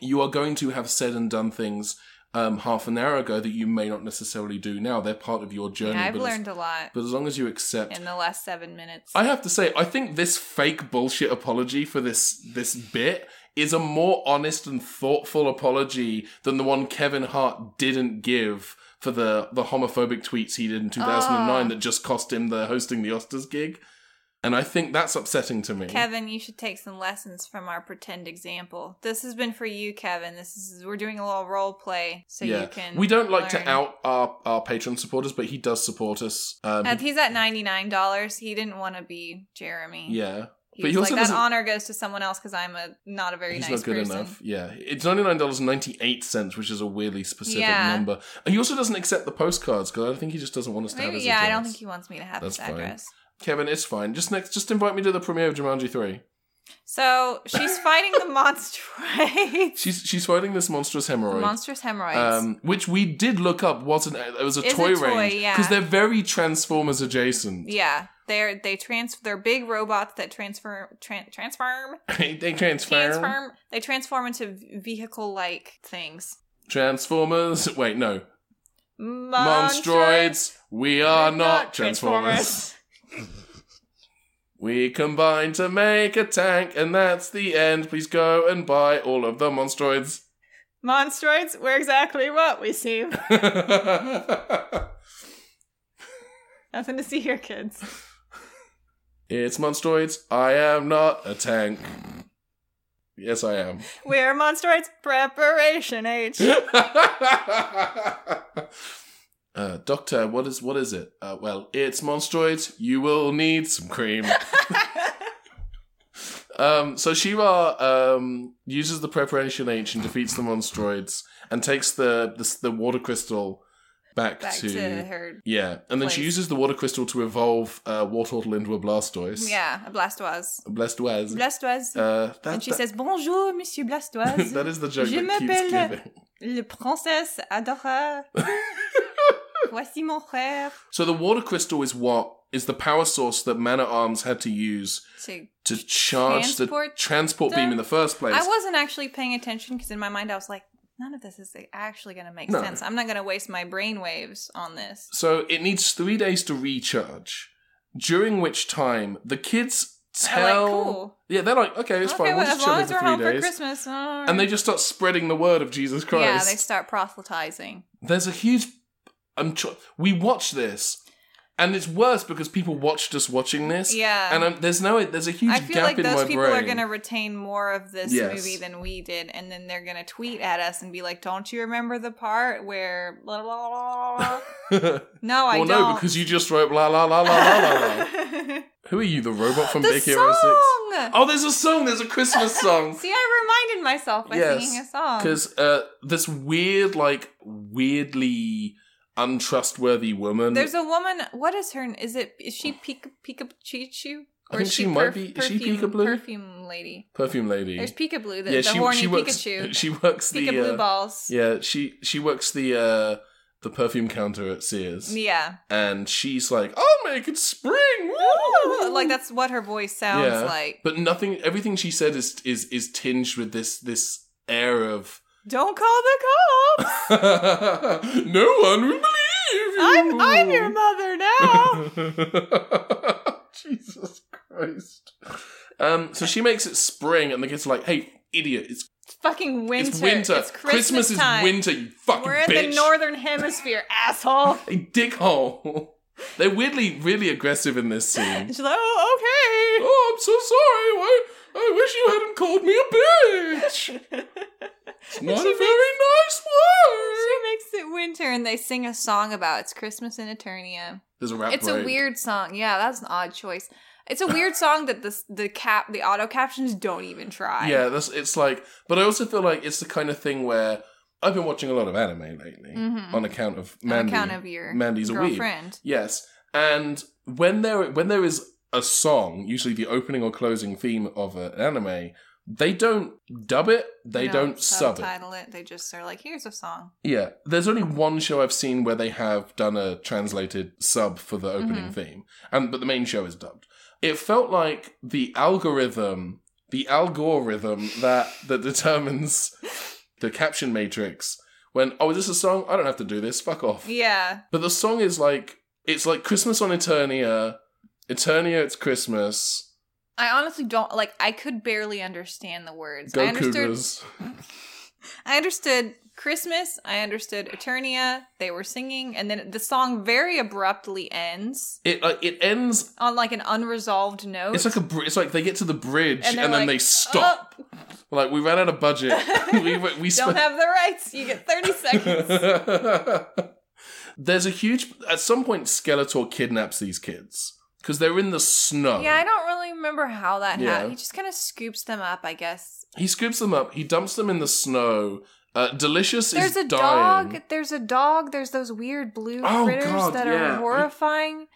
[SPEAKER 1] you are going to have said and done things um, half an hour ago that you may not necessarily do now. They're part of your journey.
[SPEAKER 2] Yeah, I've
[SPEAKER 1] but as-
[SPEAKER 2] learned a lot
[SPEAKER 1] but as long as you accept
[SPEAKER 2] in the last seven minutes.
[SPEAKER 1] I have to say, I think this fake bullshit apology for this this bit is a more honest and thoughtful apology than the one Kevin Hart didn't give for the the homophobic tweets he did in 2009
[SPEAKER 2] Ah.
[SPEAKER 1] that just cost him the hosting the Oscars gig. And I think that's upsetting to me.
[SPEAKER 2] Kevin, you should take some lessons from our pretend example. This has been for you, Kevin. This is we're doing a little role play so you can.
[SPEAKER 1] we don't like
[SPEAKER 2] learn.
[SPEAKER 1] to out our, our Patreon supporters, but he does support us. Um,
[SPEAKER 2] Uh, he's at ninety nine dollars. He didn't want to be Jeremy.
[SPEAKER 1] yeah,
[SPEAKER 2] he
[SPEAKER 1] but
[SPEAKER 2] was
[SPEAKER 1] he also
[SPEAKER 2] like that
[SPEAKER 1] doesn't-
[SPEAKER 2] honor goes to someone else because I'm a not a very
[SPEAKER 1] he's
[SPEAKER 2] nice
[SPEAKER 1] not good
[SPEAKER 2] person.
[SPEAKER 1] enough. Yeah, it's ninety nine dollars ninety eight cents, which is a weirdly specific
[SPEAKER 2] Yeah.
[SPEAKER 1] number. And he also doesn't accept the postcards because I don't think he just doesn't want us to have
[SPEAKER 2] Maybe,
[SPEAKER 1] his
[SPEAKER 2] yeah, I don't
[SPEAKER 1] address.
[SPEAKER 2] think he wants me to have
[SPEAKER 1] That's
[SPEAKER 2] his
[SPEAKER 1] fine.
[SPEAKER 2] address.
[SPEAKER 1] Kevin, it's fine. Just next, just invite me to the premiere of Jumanji three.
[SPEAKER 2] So she's fighting the monster right?
[SPEAKER 1] She's she's fighting this monstrous hemorrhoid.
[SPEAKER 2] monstrous hemorrhoids.
[SPEAKER 1] um, which we did look up was an it was a
[SPEAKER 2] Is a
[SPEAKER 1] toy
[SPEAKER 2] toy,
[SPEAKER 1] range
[SPEAKER 2] yeah.
[SPEAKER 1] because they're very Transformers adjacent.
[SPEAKER 2] yeah, they're they trans they're big robots that transfer tran transform
[SPEAKER 1] they transform
[SPEAKER 2] transform they transform into vehicle like things
[SPEAKER 1] Transformers. Wait, no,
[SPEAKER 2] Monstroids
[SPEAKER 1] Monstroids. We are not, Transformers. We combine to make a tank, and that's the end. Please go and buy all of the monstroids.
[SPEAKER 2] Monstroids were exactly what we see. Nothing to see here, kids.
[SPEAKER 1] it's monstroids. I am not a tank. Yes, I am.
[SPEAKER 2] We're Monstroids Preparation H.
[SPEAKER 1] uh, doctor, what is what is it? Uh, well, it's monstroids. You will need some cream. Um, so Shira um, uses the preparation H and defeats the monstroids and takes the the, the water crystal back,
[SPEAKER 2] Back
[SPEAKER 1] to,
[SPEAKER 2] to her.
[SPEAKER 1] yeah, and then she
[SPEAKER 2] place.
[SPEAKER 1] uses the water crystal to evolve uh, Wartortle into a Blastoise.
[SPEAKER 2] Yeah, a Blastoise.
[SPEAKER 1] blessed was.
[SPEAKER 2] Blastoise.
[SPEAKER 1] uh, that,
[SPEAKER 2] and she
[SPEAKER 1] that-
[SPEAKER 2] says, Bonjour, Monsieur Blastoise.
[SPEAKER 1] that is the joke
[SPEAKER 2] Je
[SPEAKER 1] that keeps
[SPEAKER 2] m'appelle-
[SPEAKER 1] giving.
[SPEAKER 2] Le princesse adore. Voici mon frère.
[SPEAKER 1] So the water crystal is what is the power source that Man at Arms had to use
[SPEAKER 2] To
[SPEAKER 1] to charge the
[SPEAKER 2] Transport
[SPEAKER 1] transport beam
[SPEAKER 2] them?
[SPEAKER 1] in the first place.
[SPEAKER 2] I wasn't actually paying attention because in my mind I was like, none of this is actually going to make
[SPEAKER 1] No.
[SPEAKER 2] sense. I'm not going to waste my brain waves on this.
[SPEAKER 1] So it needs three days to recharge, during which time the kids
[SPEAKER 2] They're
[SPEAKER 1] tell.
[SPEAKER 2] like, cool.
[SPEAKER 1] Yeah, they're like, okay, it's fine.
[SPEAKER 2] well,
[SPEAKER 1] We'll just
[SPEAKER 2] as
[SPEAKER 1] chill
[SPEAKER 2] long
[SPEAKER 1] here
[SPEAKER 2] as we're
[SPEAKER 1] for
[SPEAKER 2] home
[SPEAKER 1] three
[SPEAKER 2] for
[SPEAKER 1] days.
[SPEAKER 2] Christmas. all
[SPEAKER 1] And they
[SPEAKER 2] right.
[SPEAKER 1] just start spreading the word of Jesus Christ.
[SPEAKER 2] Yeah, they start proselytizing.
[SPEAKER 1] There's a huge. I'm. Tr- we watch this, and it's worse because people watched us watching this.
[SPEAKER 2] Yeah.
[SPEAKER 1] And I'm, there's no. There's a huge
[SPEAKER 2] I feel
[SPEAKER 1] gap
[SPEAKER 2] like
[SPEAKER 1] in my
[SPEAKER 2] those people
[SPEAKER 1] brain.
[SPEAKER 2] are going to retain more of this
[SPEAKER 1] Yes.
[SPEAKER 2] movie than we did, and then they're going to tweet at us and be like, "Don't you remember the part where?" Blah, blah, blah, blah, blah. no, I
[SPEAKER 1] well,
[SPEAKER 2] don't.
[SPEAKER 1] no, because you just wrote la la la la la la. la. Who are you, the robot from
[SPEAKER 2] the
[SPEAKER 1] Big Hero Six?
[SPEAKER 2] song.
[SPEAKER 1] Oh, there's a song. There's a Christmas song.
[SPEAKER 2] See, I reminded myself by
[SPEAKER 1] Yes,
[SPEAKER 2] singing a song.
[SPEAKER 1] because uh, this weird, like weirdly untrustworthy woman.
[SPEAKER 2] There's a woman. What is her? Is it? Is she Pika Pika Chichu?
[SPEAKER 1] I think she, might be. Is she Peekaboo?
[SPEAKER 2] Perfume lady.
[SPEAKER 1] perfume lady.
[SPEAKER 2] There's Peekaboo, the,
[SPEAKER 1] yeah,
[SPEAKER 2] the
[SPEAKER 1] she
[SPEAKER 2] horny
[SPEAKER 1] she works.
[SPEAKER 2] Pikachu.
[SPEAKER 1] She works the.
[SPEAKER 2] Peekaboo
[SPEAKER 1] uh,
[SPEAKER 2] balls.
[SPEAKER 1] Yeah, she she works the uh the perfume counter at Sears,
[SPEAKER 2] Yeah.
[SPEAKER 1] and she's like, "I'll make it spring." woo!"
[SPEAKER 2] Like that's what her voice sounds
[SPEAKER 1] Yeah.
[SPEAKER 2] like.
[SPEAKER 1] But nothing. Everything she said is is is tinged with this this air of
[SPEAKER 2] Don't call the cops.
[SPEAKER 1] no one will believe you.
[SPEAKER 2] I'm I'm your mother now.
[SPEAKER 1] Jesus Christ. Um, so she makes it spring, and the kids are like, "Hey, idiot! It's
[SPEAKER 2] It's fucking winter.
[SPEAKER 1] it's winter.
[SPEAKER 2] It's Christmas,
[SPEAKER 1] is
[SPEAKER 2] time.
[SPEAKER 1] winter. You fucking
[SPEAKER 2] We're in
[SPEAKER 1] bitch!
[SPEAKER 2] the northern hemisphere, asshole.
[SPEAKER 1] Hey, dickhole! They're weirdly really aggressive in this scene.
[SPEAKER 2] She's like, oh, okay.
[SPEAKER 1] oh, I'm so sorry. Why? I wish you hadn't called me a bitch. Oh. It's not a
[SPEAKER 2] she
[SPEAKER 1] very nice word.
[SPEAKER 2] She makes it winter, and they sing a song about it's Christmas in Eternia.
[SPEAKER 1] There's a rap.
[SPEAKER 2] It's a
[SPEAKER 1] parade.
[SPEAKER 2] weird song. Yeah, that's an odd choice. It's a weird song that the the cap the auto captions don't even try.
[SPEAKER 1] Yeah, that's it's like, but I also feel like it's the kind of thing where I've been watching a lot of anime lately
[SPEAKER 2] Mhm.
[SPEAKER 1] on account of
[SPEAKER 2] on
[SPEAKER 1] Mandy.
[SPEAKER 2] account of your
[SPEAKER 1] Mandy's a weeb.
[SPEAKER 2] girlfriend.
[SPEAKER 1] Yes, and when there when there is a song, usually the opening or closing theme of an anime, they don't dub it, they don't sub it.
[SPEAKER 2] subtitle it. They just are like, here's a song.
[SPEAKER 1] Yeah, there's only one show I've seen where they have done a translated sub for the
[SPEAKER 2] Mm-hmm.
[SPEAKER 1] opening theme, and but the main show is dubbed. It felt like the algorithm, the algorithm that that determines the caption matrix. When oh, is this a song? I don't have to do this. Fuck off.
[SPEAKER 2] Yeah,
[SPEAKER 1] But the song is like it's like Christmas on Eternia. Eternia, it's Christmas.
[SPEAKER 2] I honestly don't like. I could barely understand the words. I
[SPEAKER 1] Go
[SPEAKER 2] understood.
[SPEAKER 1] Cougars.
[SPEAKER 2] I understood Christmas. I understood Eternia. They were singing, and then the song very abruptly ends
[SPEAKER 1] It like it ends.
[SPEAKER 2] on like an unresolved note.
[SPEAKER 1] It's like a. br- It's like they get to the bridge and,
[SPEAKER 2] Oh, And they're
[SPEAKER 1] then
[SPEAKER 2] like,
[SPEAKER 1] they stop.
[SPEAKER 2] "Oh,
[SPEAKER 1] Like we ran out of budget. we we we
[SPEAKER 2] don't
[SPEAKER 1] spent.
[SPEAKER 2] have the rights. You get thirty seconds.
[SPEAKER 1] There's a huge. At some point, Skeletor kidnaps these kids because they're in the snow.
[SPEAKER 2] Yeah, I don't really remember how that
[SPEAKER 1] Yeah.
[SPEAKER 2] happened. He just kind of scoops them up, I guess.
[SPEAKER 1] he scoops them up. He dumps them in the snow. Uh, Delicious
[SPEAKER 2] There's
[SPEAKER 1] is
[SPEAKER 2] a
[SPEAKER 1] dying.
[SPEAKER 2] dog. There's a dog. There's those weird blue
[SPEAKER 1] Oh,
[SPEAKER 2] critters
[SPEAKER 1] God,
[SPEAKER 2] that
[SPEAKER 1] yeah.
[SPEAKER 2] are horrifying.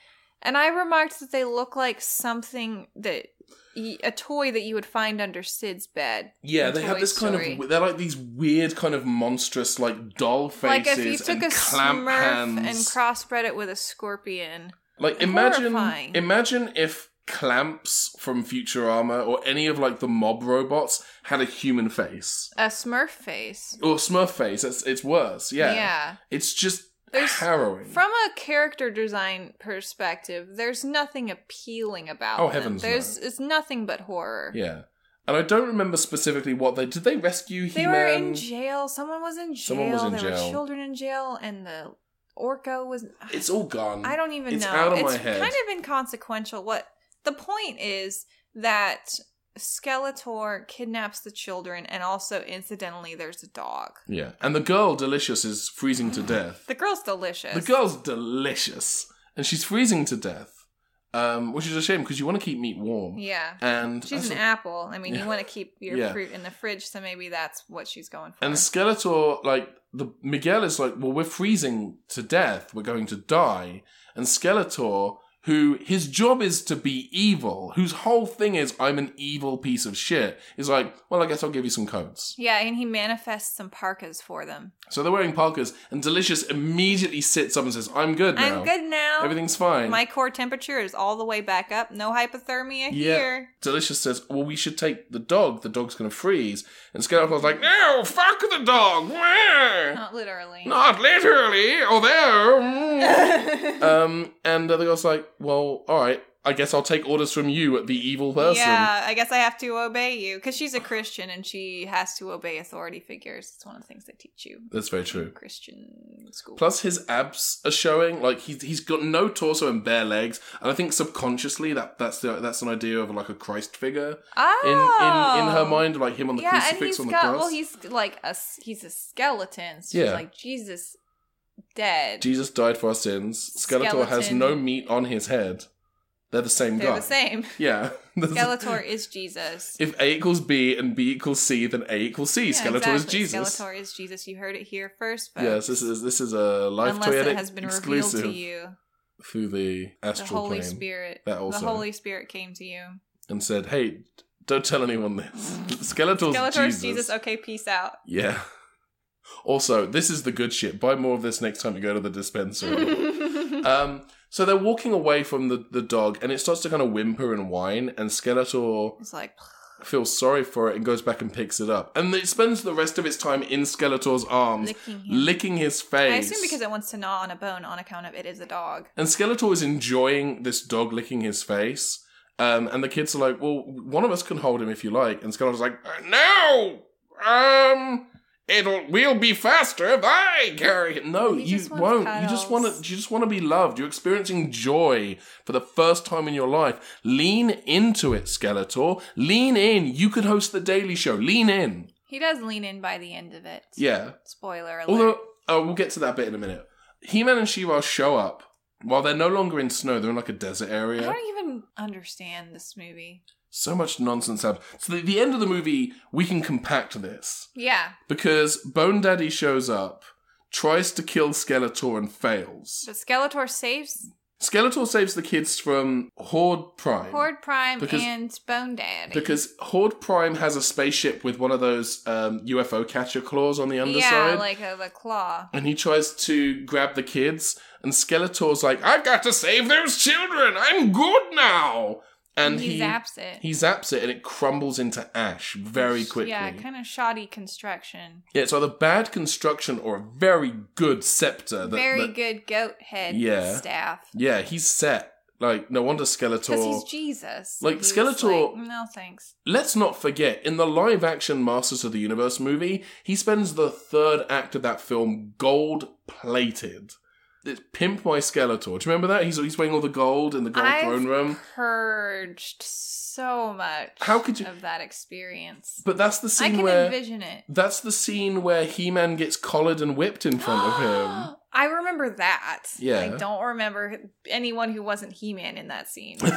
[SPEAKER 2] And I remarked that they look like something that y- a toy that you would find under Sid's bed.
[SPEAKER 1] Yeah,
[SPEAKER 2] in
[SPEAKER 1] they have
[SPEAKER 2] Toy
[SPEAKER 1] this
[SPEAKER 2] Story.
[SPEAKER 1] kind of. They're like these weird, kind of monstrous, like doll faces
[SPEAKER 2] like if you took
[SPEAKER 1] and
[SPEAKER 2] a
[SPEAKER 1] clamp
[SPEAKER 2] Smurf
[SPEAKER 1] hands.
[SPEAKER 2] and crossbred it with a scorpion.
[SPEAKER 1] like imagine,
[SPEAKER 2] horrifying.
[SPEAKER 1] imagine if clamps from Futurama or any of like the mob robots had a human face
[SPEAKER 2] A Smurf face.
[SPEAKER 1] or Smurf face. It's it's worse. Yeah, It's just
[SPEAKER 2] There's-
[SPEAKER 1] harrowing.
[SPEAKER 2] From a character design perspective, there's nothing appealing about
[SPEAKER 1] Oh,
[SPEAKER 2] them.
[SPEAKER 1] heavens no.
[SPEAKER 2] There's it's nothing but horror.
[SPEAKER 1] yeah, and I don't remember specifically what they did. They rescue
[SPEAKER 2] They
[SPEAKER 1] He-Man.
[SPEAKER 2] were in jail. Someone was in jail.
[SPEAKER 1] Someone was in
[SPEAKER 2] there
[SPEAKER 1] jail.
[SPEAKER 2] were children in jail, and the Orco was.
[SPEAKER 1] it's all gone.
[SPEAKER 2] I don't even
[SPEAKER 1] it's
[SPEAKER 2] know.
[SPEAKER 1] out of
[SPEAKER 2] it's
[SPEAKER 1] my head.
[SPEAKER 2] kind of inconsequential. What the point is that Skeletor kidnaps the children, and also incidentally, there's a dog.
[SPEAKER 1] yeah, and the girl Delicious is freezing to death.
[SPEAKER 2] The girl's delicious.
[SPEAKER 1] The girl's delicious, and she's freezing to death, um, which is a shame because you want to keep meat warm.
[SPEAKER 2] Yeah.
[SPEAKER 1] And
[SPEAKER 2] She's
[SPEAKER 1] that's
[SPEAKER 2] an
[SPEAKER 1] a-
[SPEAKER 2] apple. I mean,
[SPEAKER 1] Yeah.
[SPEAKER 2] you want to keep your
[SPEAKER 1] Yeah.
[SPEAKER 2] fruit in the fridge, so maybe that's what she's going for.
[SPEAKER 1] and Skeletor, like the Miguel is like, well, we're freezing to death. We're going to die. And Skeletor, who his job is to be evil, whose whole thing is I'm an evil piece of shit, is like, well, I guess I'll give you some coats.
[SPEAKER 2] yeah, and he manifests some parkas for them.
[SPEAKER 1] So they're wearing parkas, and Delicious immediately sits up and says, "I'm good now.
[SPEAKER 2] I'm good now.
[SPEAKER 1] Everything's fine."
[SPEAKER 2] My core temperature is all the way back up. No hypothermia
[SPEAKER 1] Yeah.
[SPEAKER 2] here.
[SPEAKER 1] Delicious says, Well, we should take the dog. The dog's going to freeze. And Skeletor's like, No, fuck the dog. Wah!
[SPEAKER 2] Not literally.
[SPEAKER 1] Not literally, although. mm. um, and uh, the girl's like, Well, all right. I guess I'll take orders from you, the evil person.
[SPEAKER 2] Yeah, I guess I have to obey you because she's a Christian and she has to obey authority figures. It's one of the things they teach you.
[SPEAKER 1] That's very true.
[SPEAKER 2] Christian school.
[SPEAKER 1] Plus, his abs are showing. Like he's he's got no torso and bare legs, and I think subconsciously that that's the that's an idea of like a Christ figure in in, in her mind, like him on the
[SPEAKER 2] Oh. yeah, and
[SPEAKER 1] crucifix
[SPEAKER 2] he's
[SPEAKER 1] on the
[SPEAKER 2] got
[SPEAKER 1] cross.
[SPEAKER 2] well, he's like a s- he's a skeleton. So
[SPEAKER 1] Yeah.
[SPEAKER 2] yeah, like Jesus, dead.
[SPEAKER 1] Jesus died for our sins. Skeletor has
[SPEAKER 2] Skeleton.
[SPEAKER 1] no meat on his head. They're the same
[SPEAKER 2] They're
[SPEAKER 1] guy.
[SPEAKER 2] the same.
[SPEAKER 1] Yeah. There's-
[SPEAKER 2] Skeletor is Jesus.
[SPEAKER 1] If A equals B and B equals C, then A equals C.
[SPEAKER 2] Yeah,
[SPEAKER 1] Skeletor is
[SPEAKER 2] exactly.
[SPEAKER 1] Jesus.
[SPEAKER 2] Skeletor is Jesus. You heard it here first, folks.
[SPEAKER 1] Yes, this is this is a life
[SPEAKER 2] unless
[SPEAKER 1] toyetic
[SPEAKER 2] it has been
[SPEAKER 1] exclusive.
[SPEAKER 2] revealed to you
[SPEAKER 1] through the
[SPEAKER 2] The
[SPEAKER 1] astral
[SPEAKER 2] Holy
[SPEAKER 1] plane
[SPEAKER 2] Spirit.
[SPEAKER 1] That also.
[SPEAKER 2] The Holy Spirit came to you.
[SPEAKER 1] and said, "Hey, don't tell anyone this. Skeletor's,
[SPEAKER 4] Skeletor's Jesus.
[SPEAKER 1] Jesus.
[SPEAKER 4] Okay, peace out.
[SPEAKER 1] Yeah. Also, this is the good shit. Buy more of this next time you go to the dispensary. um, so they're walking away from the, the dog, and it starts to kind of whimper and whine, and Skeletor
[SPEAKER 2] It's like
[SPEAKER 1] feels sorry for it and goes back and picks it up. And it spends the rest of its time in Skeletor's arms,
[SPEAKER 2] licking him.
[SPEAKER 1] licking his face.
[SPEAKER 2] I assume because it wants to gnaw on a bone on account of it is a dog.
[SPEAKER 1] And Skeletor is enjoying this dog licking his face. Um, and the kids are like, well, one of us can hold him if you like. And Skeletor's like, "Uh, no! Um, it'll, we'll be faster if I carry it. No,
[SPEAKER 2] He
[SPEAKER 1] you
[SPEAKER 2] just wants
[SPEAKER 1] won't. You just
[SPEAKER 2] cuddles.
[SPEAKER 1] want to, you just want to be loved. You're experiencing joy for the first time in your life. Lean into it, Skeletor. Lean in. You could host the Daily Show. Lean in.
[SPEAKER 2] He does lean in by the end of it.
[SPEAKER 1] Yeah.
[SPEAKER 2] Spoiler alert.
[SPEAKER 1] Although, oh, we'll get to that bit in a minute. He-Man and She-Ra show up. While they're no longer in snow, they're in like a desert area.
[SPEAKER 2] I don't even understand this movie.
[SPEAKER 1] So much nonsense happens. So at the end of the movie, we can compact this
[SPEAKER 2] Yeah,
[SPEAKER 1] because Bone Daddy shows up, tries to kill Skeletor and fails.
[SPEAKER 2] but Skeletor saves
[SPEAKER 1] Skeletor saves the kids from Horde Prime.
[SPEAKER 2] Horde Prime
[SPEAKER 1] Because-
[SPEAKER 2] and Bone Daddy.
[SPEAKER 1] Because Horde Prime has a spaceship with one of those um, UFO catcher claws on the underside.
[SPEAKER 2] yeah, like a, the claw.
[SPEAKER 1] and he tries to grab the kids, and Skeletor's like, I've got to save those children! I'm good now! And
[SPEAKER 2] he,
[SPEAKER 1] he,
[SPEAKER 2] zaps it.
[SPEAKER 1] he zaps it and it crumbles into ash very quickly.
[SPEAKER 2] Yeah, kind of shoddy construction.
[SPEAKER 1] Yeah, it's either bad construction or a very good scepter. That,
[SPEAKER 2] Very
[SPEAKER 1] that-
[SPEAKER 2] good goat head
[SPEAKER 1] Yeah.
[SPEAKER 2] staff.
[SPEAKER 1] Yeah, he's set. Like, no wonder
[SPEAKER 2] Because he's
[SPEAKER 1] Skeletor.
[SPEAKER 2] Jesus.
[SPEAKER 1] Like,
[SPEAKER 2] He's
[SPEAKER 1] Skeletor-
[SPEAKER 2] like, no thanks.
[SPEAKER 1] Let's not forget, in the live action Masters of the Universe movie, he spends the third act of that film gold plated. It's Pimp My Skeletor. Do you remember that? He's, he's wearing all the gold in the gold
[SPEAKER 2] I've
[SPEAKER 1] throne room.
[SPEAKER 2] Purged so much.
[SPEAKER 1] How could you-
[SPEAKER 2] of that experience?
[SPEAKER 1] But that's the
[SPEAKER 2] I
[SPEAKER 1] scene
[SPEAKER 2] can
[SPEAKER 1] where.
[SPEAKER 2] envision it.
[SPEAKER 1] that's the scene where He Man gets collared and whipped in front of him.
[SPEAKER 2] I remember that.
[SPEAKER 1] Yeah.
[SPEAKER 2] I don't remember anyone who wasn't He Man in that scene.
[SPEAKER 1] so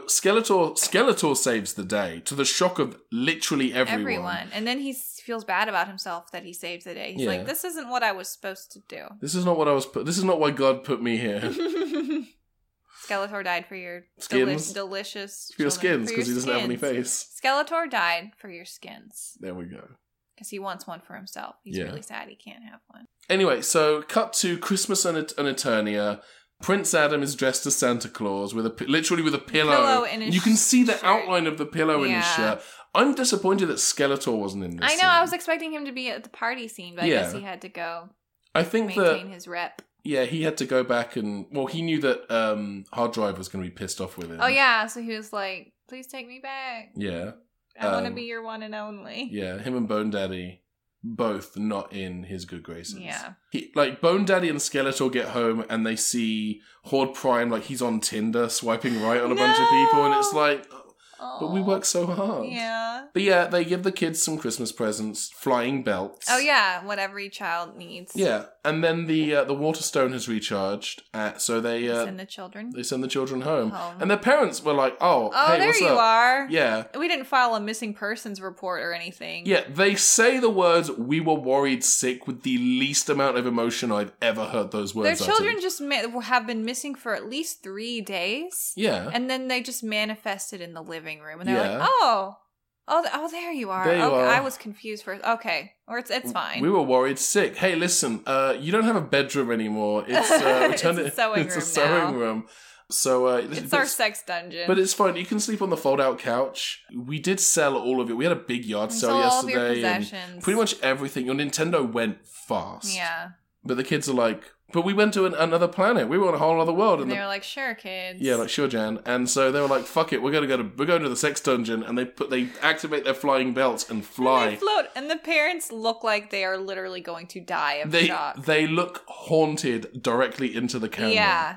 [SPEAKER 1] Skeletor Skeletor saves the day to the shock of literally everyone.
[SPEAKER 2] Everyone. And then he s- feels bad about himself that he saved the day. He's
[SPEAKER 1] Yeah.
[SPEAKER 2] like, this isn't what I was supposed to
[SPEAKER 1] This is not what I was put. This is not why God put me here.
[SPEAKER 2] do. Skeletor died for your
[SPEAKER 1] Skins?
[SPEAKER 2] Deli- delicious.
[SPEAKER 1] For your
[SPEAKER 2] children-
[SPEAKER 1] skins
[SPEAKER 2] for
[SPEAKER 1] because he
[SPEAKER 2] your
[SPEAKER 1] doesn't have any
[SPEAKER 2] skins.
[SPEAKER 1] face.
[SPEAKER 2] Skeletor died for your skins
[SPEAKER 1] There we go.
[SPEAKER 2] because he wants one for himself. He's
[SPEAKER 1] Yeah.
[SPEAKER 2] really sad he can't have one.
[SPEAKER 1] Anyway, so cut to Christmas and, Et- and Eternia. Prince Adam is dressed as Santa Claus with a pi- literally with a pillow.
[SPEAKER 2] Pillow in his
[SPEAKER 1] you can see the
[SPEAKER 2] shirt.
[SPEAKER 1] outline of the pillow in his
[SPEAKER 2] Yeah.
[SPEAKER 1] shirt. I'm disappointed that Skeletor wasn't in this.
[SPEAKER 2] I know.
[SPEAKER 1] scene.
[SPEAKER 2] I was expecting him to be at the party scene, but I guess
[SPEAKER 1] Yeah.
[SPEAKER 2] he had to go
[SPEAKER 1] I think that
[SPEAKER 2] maintain his rep.
[SPEAKER 1] Yeah, he had to go back and well, he knew that um, hard drive was going to be pissed off with him.
[SPEAKER 2] Oh yeah, so he was like, "Please take me back.
[SPEAKER 1] yeah,
[SPEAKER 2] I want to
[SPEAKER 1] Um,
[SPEAKER 2] be your one and only."
[SPEAKER 1] yeah. Him and Bone Daddy both not in his good graces.
[SPEAKER 2] Yeah.
[SPEAKER 1] he, like Bone Daddy and Skeletor get home and they see Horde Prime like he's on Tinder swiping right on a bunch of people, and it's
[SPEAKER 2] No.
[SPEAKER 1] like, but we
[SPEAKER 2] Aw.
[SPEAKER 1] work so hard.
[SPEAKER 2] Yeah.
[SPEAKER 1] But yeah, they give the kids some Christmas presents, flying belts.
[SPEAKER 2] Oh yeah, what every child needs.
[SPEAKER 1] Yeah, and then the uh, the water stone has recharged, uh, so they uh,
[SPEAKER 2] Send the children.
[SPEAKER 1] they send the children home.
[SPEAKER 2] Home.
[SPEAKER 1] and their parents were like, "Oh,
[SPEAKER 2] Oh,
[SPEAKER 1] hey,
[SPEAKER 2] there
[SPEAKER 1] what's
[SPEAKER 2] you
[SPEAKER 1] up?
[SPEAKER 2] are.
[SPEAKER 1] Yeah,
[SPEAKER 2] We didn't file a missing persons report or anything.
[SPEAKER 1] yeah. They say the words "we were worried sick" with the least amount of emotion I've ever heard those
[SPEAKER 2] Their
[SPEAKER 1] words.
[SPEAKER 2] children
[SPEAKER 1] uttered.
[SPEAKER 2] just ma- have been missing for at least three days,
[SPEAKER 1] Yeah,
[SPEAKER 2] and then they just manifested in the living room, and they're
[SPEAKER 1] Yeah.
[SPEAKER 2] like, "Oh, oh, th- oh, there you are.
[SPEAKER 1] There you
[SPEAKER 2] okay,
[SPEAKER 1] are.
[SPEAKER 2] I was confused first. Okay, or it's it's fine.
[SPEAKER 1] we were worried sick. Hey, listen, uh, you don't have a bedroom anymore. It's uh, we
[SPEAKER 2] It's
[SPEAKER 1] turned
[SPEAKER 2] a
[SPEAKER 1] it-
[SPEAKER 2] sewing
[SPEAKER 1] it's a
[SPEAKER 2] room
[SPEAKER 1] sewing
[SPEAKER 2] now.
[SPEAKER 1] room. So uh,
[SPEAKER 2] it's
[SPEAKER 1] but
[SPEAKER 2] our sex dungeon.
[SPEAKER 1] But it's fine. You can sleep on the fold-out couch. We did sell all of it. We had a big yard
[SPEAKER 2] We
[SPEAKER 1] sale
[SPEAKER 2] sold all of
[SPEAKER 1] yesterday.
[SPEAKER 2] your
[SPEAKER 1] and
[SPEAKER 2] possessions.
[SPEAKER 1] pretty much everything. Your Nintendo went fast.
[SPEAKER 2] yeah.
[SPEAKER 1] But the kids are like, but we went to an, another planet. We were on a whole other world.
[SPEAKER 2] And
[SPEAKER 1] And
[SPEAKER 2] they
[SPEAKER 1] the
[SPEAKER 2] were like, "Sure, kids.
[SPEAKER 1] Yeah, like sure, Jan. And so they were like, "Fuck it, we're gonna go to we're going to the sex dungeon." And they put they activate their flying belts and
[SPEAKER 2] And they
[SPEAKER 1] fly.
[SPEAKER 2] float, and the parents look like they are literally going to die of
[SPEAKER 1] They
[SPEAKER 2] shock.
[SPEAKER 1] they look haunted directly into the camera.
[SPEAKER 2] yeah,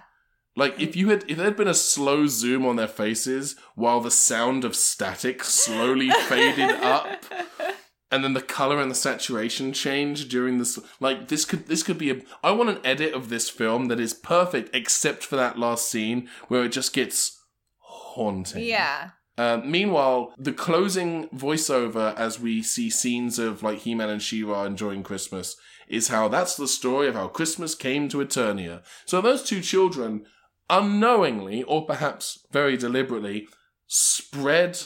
[SPEAKER 1] Like if you had if there'd been a slow zoom on their faces while the sound of static slowly faded up, and then the color and the saturation change during this. Like this could this could be a. I want an edit of this film that is perfect except for that last scene where it just gets haunting.
[SPEAKER 2] yeah.
[SPEAKER 1] Uh, meanwhile, the closing voiceover as we see scenes of like He Man and She Ra enjoying Christmas is how that's the story of how Christmas came to Eternia. So those two children, unknowingly or perhaps very deliberately, spread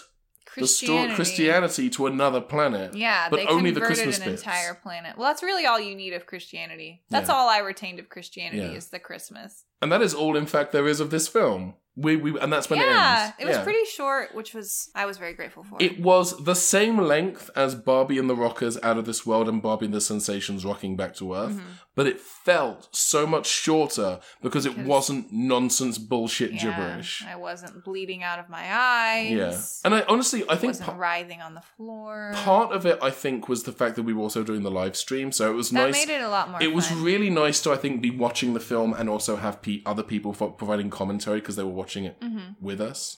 [SPEAKER 1] the story Christianity to another planet.
[SPEAKER 2] Yeah,
[SPEAKER 1] but
[SPEAKER 2] they
[SPEAKER 1] only the
[SPEAKER 2] converted
[SPEAKER 1] Christmas
[SPEAKER 2] an
[SPEAKER 1] bits.
[SPEAKER 2] entire planet. Well, that's really all you need of Christianity. That's
[SPEAKER 1] Yeah.
[SPEAKER 2] all I retained of Christianity
[SPEAKER 1] Yeah.
[SPEAKER 2] is the Christmas.
[SPEAKER 1] And that is all, in fact, there is of this film. We, we and that's when
[SPEAKER 2] yeah,
[SPEAKER 1] it ends.
[SPEAKER 2] it was pretty short, which was I was very grateful for.
[SPEAKER 1] It was the same length as Barbie and the Rockers out of this world and Barbie and the Sensations rocking back to Earth,
[SPEAKER 2] Mhm.
[SPEAKER 1] but it felt so much shorter because it
[SPEAKER 2] Because-
[SPEAKER 1] wasn't nonsense bullshit
[SPEAKER 2] Yeah,
[SPEAKER 1] gibberish.
[SPEAKER 2] I wasn't bleeding out of my eyes.
[SPEAKER 1] Yeah. And I honestly, I think
[SPEAKER 2] wasn't
[SPEAKER 1] pa-
[SPEAKER 2] writhing on the floor.
[SPEAKER 1] part of it, I think, was the fact that we were also doing the live stream, so it was
[SPEAKER 2] that
[SPEAKER 1] nice.
[SPEAKER 2] made it a lot more.
[SPEAKER 1] It was
[SPEAKER 2] fun.
[SPEAKER 1] really nice to, I think, be watching the film and also have pe- other people for providing commentary because they were watching it
[SPEAKER 2] Mhm.
[SPEAKER 1] with us.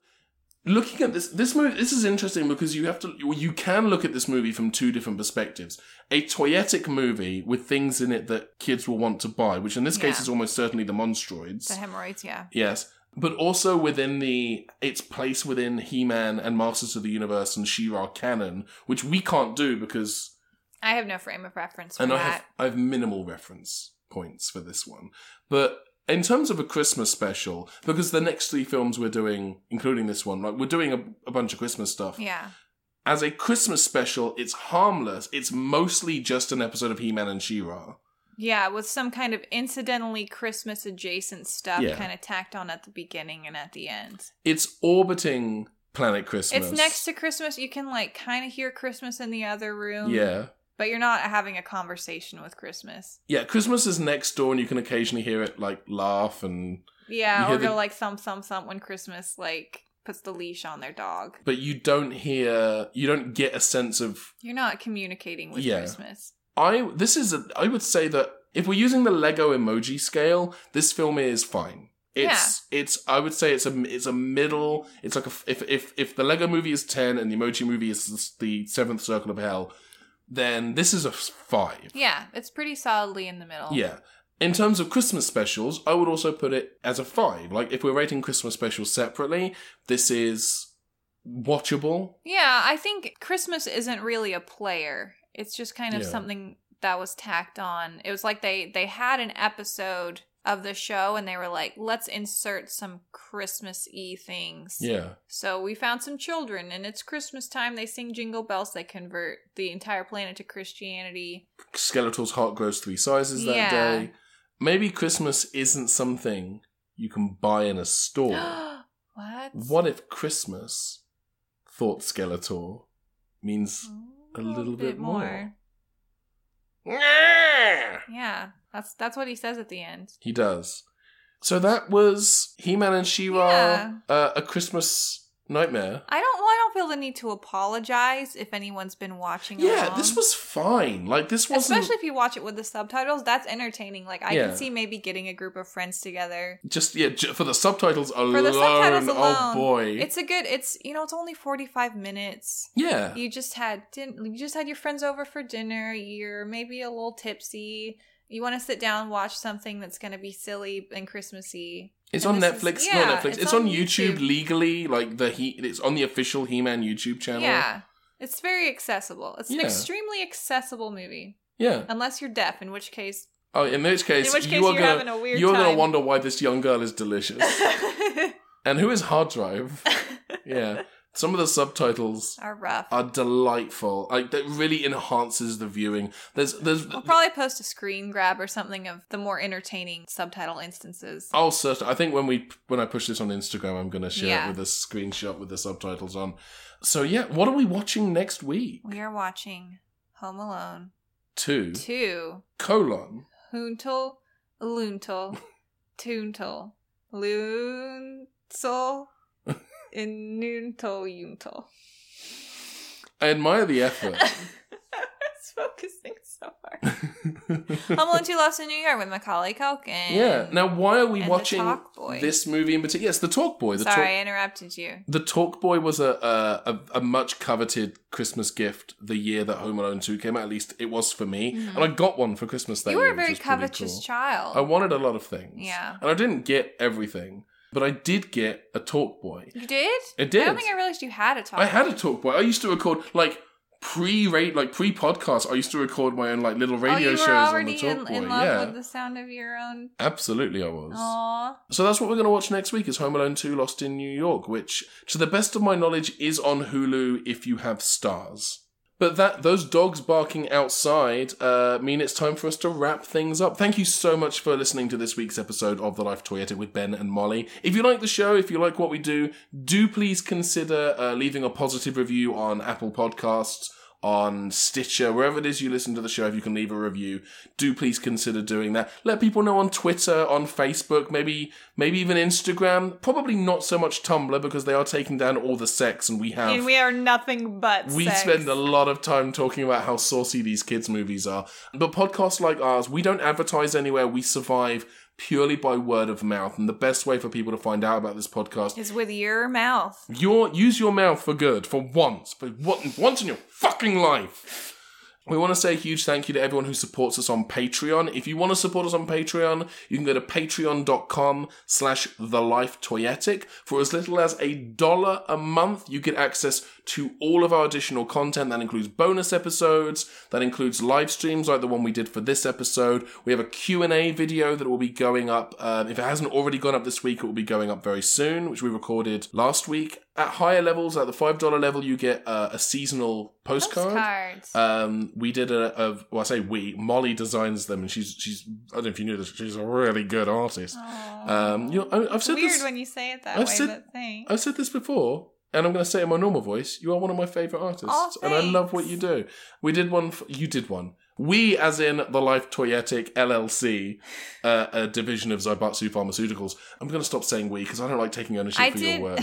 [SPEAKER 1] Looking at this, this movie, this is interesting because you have to, you can look at this movie from two different perspectives. A toyetic movie with things in it that kids will want to buy, which in this case
[SPEAKER 2] Yeah.
[SPEAKER 1] is almost certainly the Monstroids.
[SPEAKER 2] the hemorrhoids. Yeah,
[SPEAKER 1] Yes. But also within the its place within He-Man and Masters of the Universe and She-Ra canon, which we can't do because
[SPEAKER 2] I have no frame of reference for
[SPEAKER 1] and I
[SPEAKER 2] that.
[SPEAKER 1] have I have minimal reference points for this one. But in terms of a Christmas special, because the next three films we're doing, including this one, like we're doing a, a bunch of Christmas stuff.
[SPEAKER 2] yeah,
[SPEAKER 1] As a Christmas special, it's harmless. It's mostly just an episode of He-Man and She-Ra.
[SPEAKER 2] yeah, with some kind of incidentally Christmas adjacent stuff
[SPEAKER 1] Yeah.
[SPEAKER 2] kind of tacked on at the beginning and at the end.
[SPEAKER 1] It's orbiting Planet Christmas.
[SPEAKER 2] It's next to Christmas. You can like kind of hear Christmas in the other room.
[SPEAKER 1] Yeah.
[SPEAKER 2] But you're not having a conversation with Christmas.
[SPEAKER 1] Yeah, Christmas is next door and you can occasionally hear it like laugh and You
[SPEAKER 2] Yeah,
[SPEAKER 1] hear
[SPEAKER 2] or go
[SPEAKER 1] the-
[SPEAKER 2] like thump thump thump when Christmas like puts the leash on their dog.
[SPEAKER 1] but you don't hear you don't get a sense of
[SPEAKER 2] You're not communicating with
[SPEAKER 1] Yeah.
[SPEAKER 2] Christmas.
[SPEAKER 1] I this is a I would say that if we're using the Lego emoji scale, this film is fine. It's it's I would say it's a it's a middle. It's like a, if if if the Lego movie is ten and the emoji movie is the seventh circle of hell, then this is a five.
[SPEAKER 2] Yeah, it's pretty solidly in the middle.
[SPEAKER 1] Yeah. In terms of Christmas specials, I would also put it as a five. Like if we're rating Christmas specials separately, this is watchable.
[SPEAKER 2] Yeah, I think Christmas isn't really a player. It's just kind of
[SPEAKER 1] Yeah.
[SPEAKER 2] something that was tacked on. It was like they they had an episode of the show and they were like, let's insert some Christmas-y things.
[SPEAKER 1] Yeah.
[SPEAKER 2] So we found some children, and it's Christmas time. They sing jingle bells. They convert the entire planet to Christianity.
[SPEAKER 1] Skeletor's heart grows three sizes that
[SPEAKER 2] Yeah.
[SPEAKER 1] day. Maybe Christmas isn't something you can buy in a store.
[SPEAKER 2] what?
[SPEAKER 1] what if Christmas, thought Skeletor, means a little bit more.
[SPEAKER 2] Yeah, that's that's what he says at the end.
[SPEAKER 1] he does? So that was He-Man and She-Ra,
[SPEAKER 2] Yeah.
[SPEAKER 1] uh, a Christmas nightmare.
[SPEAKER 2] I don't. Well, I don't feel the need to apologize if anyone's been watching.
[SPEAKER 1] Yeah,
[SPEAKER 2] along.
[SPEAKER 1] this was fine. Like this wasn't
[SPEAKER 2] Especially if you watch it with the subtitles, that's entertaining. Like I
[SPEAKER 1] Yeah.
[SPEAKER 2] can see maybe getting a group of friends together.
[SPEAKER 1] just yeah ju- for the subtitles alone.
[SPEAKER 2] the subtitles
[SPEAKER 1] oh
[SPEAKER 2] alone,
[SPEAKER 1] boy,
[SPEAKER 2] It's a good. It's you know, it's only forty five minutes.
[SPEAKER 1] yeah,
[SPEAKER 2] you just had din- you just had your friends over for dinner you're maybe a little tipsy you want to sit down and watch something that's going to be silly and christmassy
[SPEAKER 1] it's
[SPEAKER 2] and
[SPEAKER 1] on
[SPEAKER 2] this
[SPEAKER 1] Netflix.
[SPEAKER 2] is-
[SPEAKER 1] not
[SPEAKER 2] yeah,
[SPEAKER 1] Netflix. It's, on, YouTube, legally. Like the he, it's on the official He-Man YouTube channel.
[SPEAKER 2] yeah it's very accessible it's
[SPEAKER 1] Yeah.
[SPEAKER 2] an extremely accessible movie
[SPEAKER 1] yeah.
[SPEAKER 2] unless you're deaf in which case
[SPEAKER 1] Oh, in which case,
[SPEAKER 2] in which case
[SPEAKER 1] you are
[SPEAKER 2] you're
[SPEAKER 1] gonna
[SPEAKER 2] having a weird
[SPEAKER 1] you're gonna
[SPEAKER 2] time
[SPEAKER 1] wonder why this young girl is delicious and who is Hard Drive. yeah, some of the subtitles.
[SPEAKER 2] are rough
[SPEAKER 1] Are delightful. Like that really enhances the viewing. There's there's
[SPEAKER 2] I'll probably post a screen grab or something of the more entertaining subtitle instances.
[SPEAKER 1] I'll search. I think when we when I push this on Instagram, I'm going to share it
[SPEAKER 2] Yeah.
[SPEAKER 1] with a screenshot with the subtitles on. So yeah, what are we watching next week?
[SPEAKER 2] We are watching Home Alone
[SPEAKER 1] Two
[SPEAKER 2] 2.
[SPEAKER 1] colon
[SPEAKER 2] Hoontle, Loontle, Toontle, Loontle, and Noontle, Yoontle.
[SPEAKER 1] I admire the effort.
[SPEAKER 2] I was focusing so hard. Home Alone 2 Lost in New York with Macaulay Culkin.
[SPEAKER 1] yeah. Now, why are we
[SPEAKER 2] and the
[SPEAKER 1] watching
[SPEAKER 2] Talk Boy.
[SPEAKER 1] this movie in particular? Yes, the Talk Boy. The
[SPEAKER 2] Sorry,
[SPEAKER 1] Talk-
[SPEAKER 2] I interrupted you.
[SPEAKER 1] the Talk Boy was a, a a a much coveted Christmas gift the year that Home Alone Two came out. At least it was for me,
[SPEAKER 2] Mhm.
[SPEAKER 1] and I got one for Christmas that
[SPEAKER 2] You
[SPEAKER 1] year.
[SPEAKER 2] were a
[SPEAKER 1] which
[SPEAKER 2] very
[SPEAKER 1] was pretty
[SPEAKER 2] covetous
[SPEAKER 1] cool.
[SPEAKER 2] child.
[SPEAKER 1] I wanted a lot of things.
[SPEAKER 2] Yeah.
[SPEAKER 1] And I didn't get everything. but I did get a talk boy.
[SPEAKER 2] You did?
[SPEAKER 1] It did.
[SPEAKER 2] I don't think I realized you had a Oh, talk.
[SPEAKER 1] I had a talk boy. I used to record like pre rate like pre podcast. I used to record my own like little radio
[SPEAKER 2] oh, you
[SPEAKER 1] shows
[SPEAKER 2] were
[SPEAKER 1] on
[SPEAKER 2] already
[SPEAKER 1] the talk
[SPEAKER 2] in,
[SPEAKER 1] boy.
[SPEAKER 2] in love
[SPEAKER 1] yeah,
[SPEAKER 2] with the Oh, sound of your own.
[SPEAKER 1] absolutely, I was.
[SPEAKER 2] Aw.
[SPEAKER 1] So that's what we're going to watch next week is Home Alone 2 Lost in New York, which to the best of my knowledge is on Hulu if you have stars. But that those dogs barking outside uh, mean it's time for us to wrap things up. Thank you so much for listening to this week's episode of The Life Toyota with Ben and Molly. If you like the show, if you like what we do, do please consider uh, leaving a positive review on Apple Podcasts, on Stitcher, wherever it is you listen to the show. If you can leave a review, do please consider doing that. Let people know on Twitter, on Facebook, maybe maybe even Instagram. Probably not so much Tumblr because they are taking down all the sex, and we have
[SPEAKER 2] And we are nothing but
[SPEAKER 1] we
[SPEAKER 2] sex.
[SPEAKER 1] spend a lot of time talking about how saucy these kids' movies are. But podcasts like ours, we don't advertise anywhere. We survive purely by word of mouth. And the best way for people to find out about this podcast,
[SPEAKER 2] is with your mouth.
[SPEAKER 1] your use your mouth for good for once, for what, once in your fucking life. We want to say a huge thank you to everyone who supports us on Patreon. If you want to support us on Patreon, you can go to patreon.com slash thelifetoyetic. For as little as a dollar a month, you get access to all of our additional content. That includes bonus episodes, that includes live streams like the one we did for this episode. We have a Q&A video that will be going up. Um, if it hasn't already gone up this week, it will be going up very soon, which we recorded last week. At higher levels, at the $5 level, you get uh, a seasonal postcard.
[SPEAKER 2] Postcards.
[SPEAKER 1] Um, we did a, a well, I say we. Molly designs them, and she's she's. I don't know if you knew this. She's a really good artist.
[SPEAKER 2] Uh.
[SPEAKER 1] Um, you know, I, I've said
[SPEAKER 2] Weird
[SPEAKER 1] this.
[SPEAKER 2] when you say it that
[SPEAKER 1] I've
[SPEAKER 2] way,
[SPEAKER 1] said-
[SPEAKER 2] but thanks.
[SPEAKER 1] I've said this before, and I'm going to say it in my normal voice. You are one of my favorite artists,
[SPEAKER 2] Aw,
[SPEAKER 1] and I love what you do. We did one. For, you did one. We, as in the Life Toyetic LLC, uh, a division of Zaibatsu Pharmaceuticals. I'm going to stop saying we because I don't like taking ownership
[SPEAKER 2] I
[SPEAKER 1] for
[SPEAKER 2] did-
[SPEAKER 1] your work.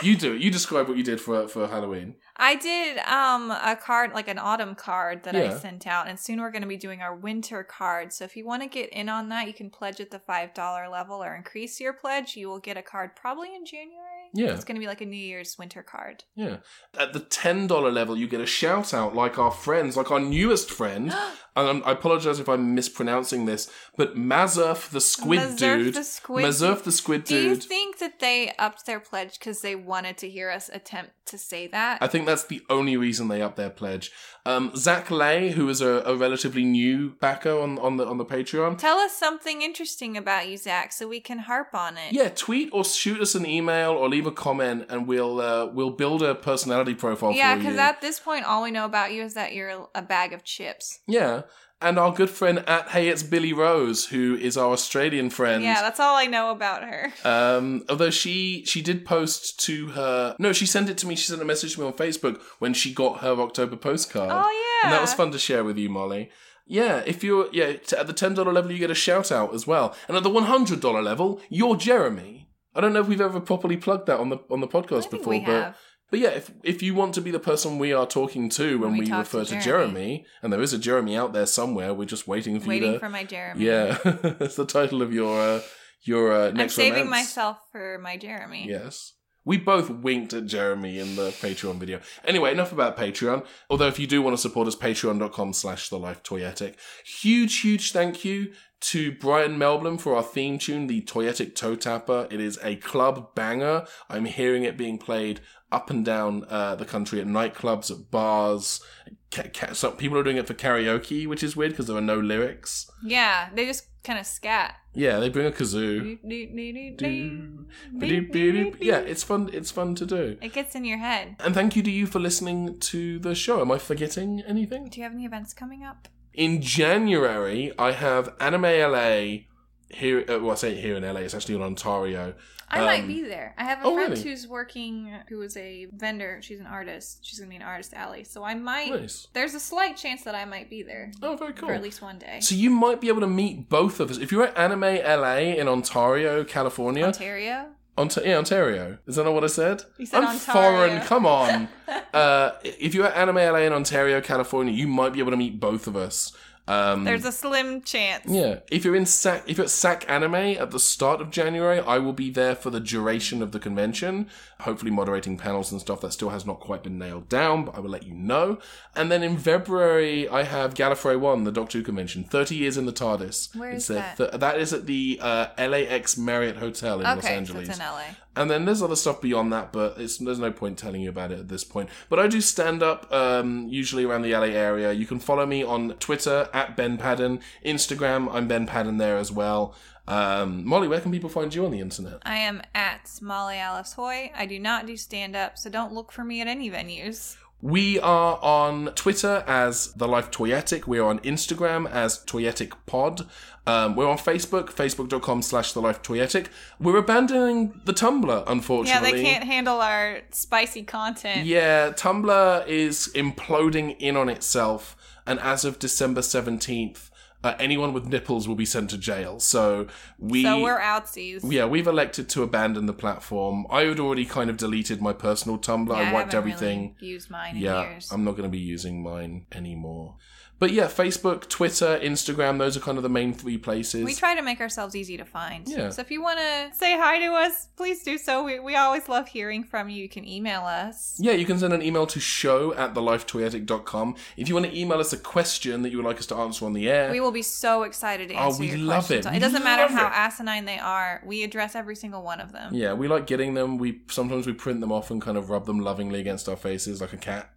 [SPEAKER 1] You do it. You describe what you did for for Halloween.
[SPEAKER 2] I did um a card like an autumn card that I
[SPEAKER 1] Yeah.
[SPEAKER 2] sent out, and soon we're going to be doing our winter card. So if you want to get in on that, you can pledge at the five dollar level or increase your pledge. You will get a card probably in January.
[SPEAKER 1] Yeah.
[SPEAKER 2] it's going to be like a New Year's winter card.
[SPEAKER 1] Yeah. At the $10 level, you get a shout out like our friends, like our newest friend. and I'm, I apologize if I'm mispronouncing this, but Mazurf the Squid
[SPEAKER 2] Mazurf
[SPEAKER 1] Dude.
[SPEAKER 2] the Squid-
[SPEAKER 1] Mazurf the Squid
[SPEAKER 2] Do you
[SPEAKER 1] Dude.
[SPEAKER 2] think that they upped their pledge because they wanted to hear us attempt to say that?
[SPEAKER 1] I think that's the only reason they upped their pledge. Um, Zach Lay, who is a, a relatively new backer on, on the on the Patreon,
[SPEAKER 2] Tell us something interesting about you, Zach, so we can harp on it.
[SPEAKER 1] yeah, tweet or shoot us an email or leave a comment, and we'll uh, we'll build a personality profile for
[SPEAKER 2] Yeah,
[SPEAKER 1] you.
[SPEAKER 2] because at this point, all we know about you is that you're a bag of chips.
[SPEAKER 1] yeah, and our good friend at Hey It's Billy Rose, who is our Australian friend.
[SPEAKER 2] yeah, that's all I know about her.
[SPEAKER 1] Um, although she she did post to her no, she sent it to me. She sent a message to me on Facebook when she got her October postcard.
[SPEAKER 2] Oh yeah,
[SPEAKER 1] Uh, and that was fun to share with you, Molly. Yeah, if you're yeah t- at the ten dollar level, you get a shout out as well, and at the one hundred dollar level, you're Jeremy. I don't know if we've ever properly plugged that on the on the podcast
[SPEAKER 2] I think
[SPEAKER 1] before,
[SPEAKER 2] we
[SPEAKER 1] but
[SPEAKER 2] have.
[SPEAKER 1] but yeah, if if you want to be the person we are talking to when,
[SPEAKER 2] When we
[SPEAKER 1] we,
[SPEAKER 2] talk
[SPEAKER 1] refer
[SPEAKER 2] to
[SPEAKER 1] to Jeremy.
[SPEAKER 2] Jeremy.
[SPEAKER 1] and there is a Jeremy out there somewhere, we're just waiting for you
[SPEAKER 2] Waiting
[SPEAKER 1] to
[SPEAKER 2] for my Jeremy.
[SPEAKER 1] yeah, that's the title of your uh, your uh,
[SPEAKER 2] I'm
[SPEAKER 1] next
[SPEAKER 2] saving
[SPEAKER 1] romance.
[SPEAKER 2] myself for my Jeremy.
[SPEAKER 1] Yes. We both winked at Jeremy in the Patreon video. Anyway, enough about Patreon. Although if you do want to support us, patreon.com slash the life toyetic. Huge, huge thank you to Brian Melblum for our theme tune, the Toyetic Toe Tapper. It is a club banger. I'm hearing it being played up and down uh, the country at nightclubs, at bars. Ca- ca- some people are doing it for karaoke, which is weird because there are no lyrics.
[SPEAKER 2] Yeah, they just kind of scat.
[SPEAKER 1] Yeah, they bring a kazoo.
[SPEAKER 2] It
[SPEAKER 1] Do. Ba-doop-ba-doop. Yeah, it's fun. It's fun to do.
[SPEAKER 2] gets in your head.
[SPEAKER 1] And thank you to you for listening to the show. Am I forgetting anything?
[SPEAKER 2] Do you have any events coming up?
[SPEAKER 1] In January, I have Anime LA here. Uh, well, I say here in LA, it's actually in Ontario.
[SPEAKER 2] I
[SPEAKER 1] Um,
[SPEAKER 2] might be there. I have a
[SPEAKER 1] oh,
[SPEAKER 2] friend
[SPEAKER 1] really?
[SPEAKER 2] who's working, who is a vendor. She's an artist. She's gonna be an artist alley. So I might.
[SPEAKER 1] Nice.
[SPEAKER 2] There's a slight chance that I might be there
[SPEAKER 1] Oh, very cool.
[SPEAKER 2] for at least one day.
[SPEAKER 1] So you might be able to meet both of us if you're at Anime LA in Ontario, California.
[SPEAKER 2] Ontario.
[SPEAKER 1] Ont- yeah, Ontario. Is that not what I said?
[SPEAKER 2] You said
[SPEAKER 1] I'm
[SPEAKER 2] Ontario.
[SPEAKER 1] foreign. Come on. uh, if you're at Anime LA in Ontario, California, you might be able to meet both of us. Um,
[SPEAKER 2] There's a slim chance.
[SPEAKER 1] yeah, if you're in SAC, if you're at SAC Anime at the start of January, I will be there for the duration of the convention. Hopefully, moderating panels and stuff that still has not quite been nailed down, but I will let you know. And then in February, I have Gallifrey One, the Doctor Who convention, thirty years in the TARDIS.
[SPEAKER 2] Where
[SPEAKER 1] It's
[SPEAKER 2] is
[SPEAKER 1] their
[SPEAKER 2] that?
[SPEAKER 1] Th- that is at the uh, LAX Marriott Hotel in Los
[SPEAKER 2] Okay, so
[SPEAKER 1] Angeles.
[SPEAKER 2] it's in LA.
[SPEAKER 1] And then there's other stuff beyond that, but it's, there's no point telling you about it at this point. But I do stand up um, usually around the LA area. You can follow me on Twitter at Ben Padden, Instagram I'm Ben Padden there as well. Um, Molly, where can people find you on the internet?
[SPEAKER 2] I am at Molly Alice Hoy. I do not do stand up, so don't look for me at any venues.
[SPEAKER 1] We are on Twitter as The Life Toyetic. We are on Instagram as Toyetic Pod. Um, we're on Facebook, facebook.com slash The Life Toyetic. We're abandoning the Tumblr,
[SPEAKER 2] Yeah,
[SPEAKER 1] unfortunately.
[SPEAKER 2] they can't handle our spicy content.
[SPEAKER 1] Yeah, Tumblr is imploding in on itself, and as of December 17th, uh, anyone with nipples will be sent to jail. So we.
[SPEAKER 2] So we're outsies.
[SPEAKER 1] yeah, we've elected to abandon the platform. I had already kind of deleted my personal Tumblr.
[SPEAKER 2] Yeah,
[SPEAKER 1] I wiped
[SPEAKER 2] haven't
[SPEAKER 1] everything.
[SPEAKER 2] Really used mine in
[SPEAKER 1] yeah,
[SPEAKER 2] years.
[SPEAKER 1] I'm not going to be using mine anymore. But yeah, Facebook, Twitter, Instagram, those are kind of the main three places.
[SPEAKER 2] we try to make ourselves easy to find.
[SPEAKER 1] Yeah.
[SPEAKER 2] So if you want to say hi to us, please do so. We, we always love hearing from you. You can email us.
[SPEAKER 1] Yeah, you can send an email to show at thelifetoyetic.com. If you want to email us a question that you would like us to answer on the air,
[SPEAKER 2] We will be so excited to
[SPEAKER 1] Oh,
[SPEAKER 2] answer
[SPEAKER 1] we
[SPEAKER 2] your
[SPEAKER 1] love
[SPEAKER 2] questions.
[SPEAKER 1] it.
[SPEAKER 2] It doesn't
[SPEAKER 1] We
[SPEAKER 2] matter
[SPEAKER 1] love
[SPEAKER 2] how
[SPEAKER 1] it.
[SPEAKER 2] asinine they are. We address every single one of them.
[SPEAKER 1] Yeah, we like getting them. We sometimes we print them off and kind of rub them lovingly against our faces like a cat.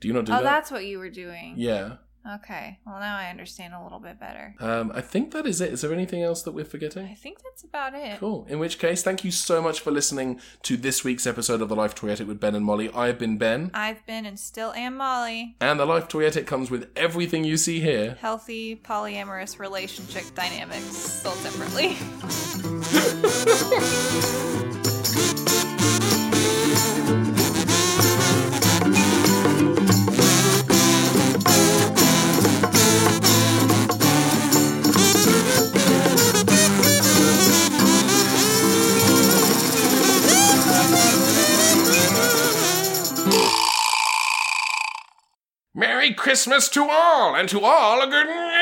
[SPEAKER 1] Do you not do
[SPEAKER 2] oh,
[SPEAKER 1] that?
[SPEAKER 2] that's what you were doing.
[SPEAKER 1] Yeah.
[SPEAKER 2] Okay. Well, now I understand a little bit better.
[SPEAKER 1] Um, I think that is it. Is there anything else that we're
[SPEAKER 2] I
[SPEAKER 1] forgetting?
[SPEAKER 2] think that's about it.
[SPEAKER 1] Cool. In which case, thank you so much for listening to this week's episode of The Life Toyetic with Ben and Molly. I have been Ben,
[SPEAKER 2] I've been and still am Molly.
[SPEAKER 1] and The Life Toyetic comes with everything you see here.
[SPEAKER 2] Healthy polyamorous relationship dynamics sold separately.
[SPEAKER 1] Merry Christmas to all, and to all a good.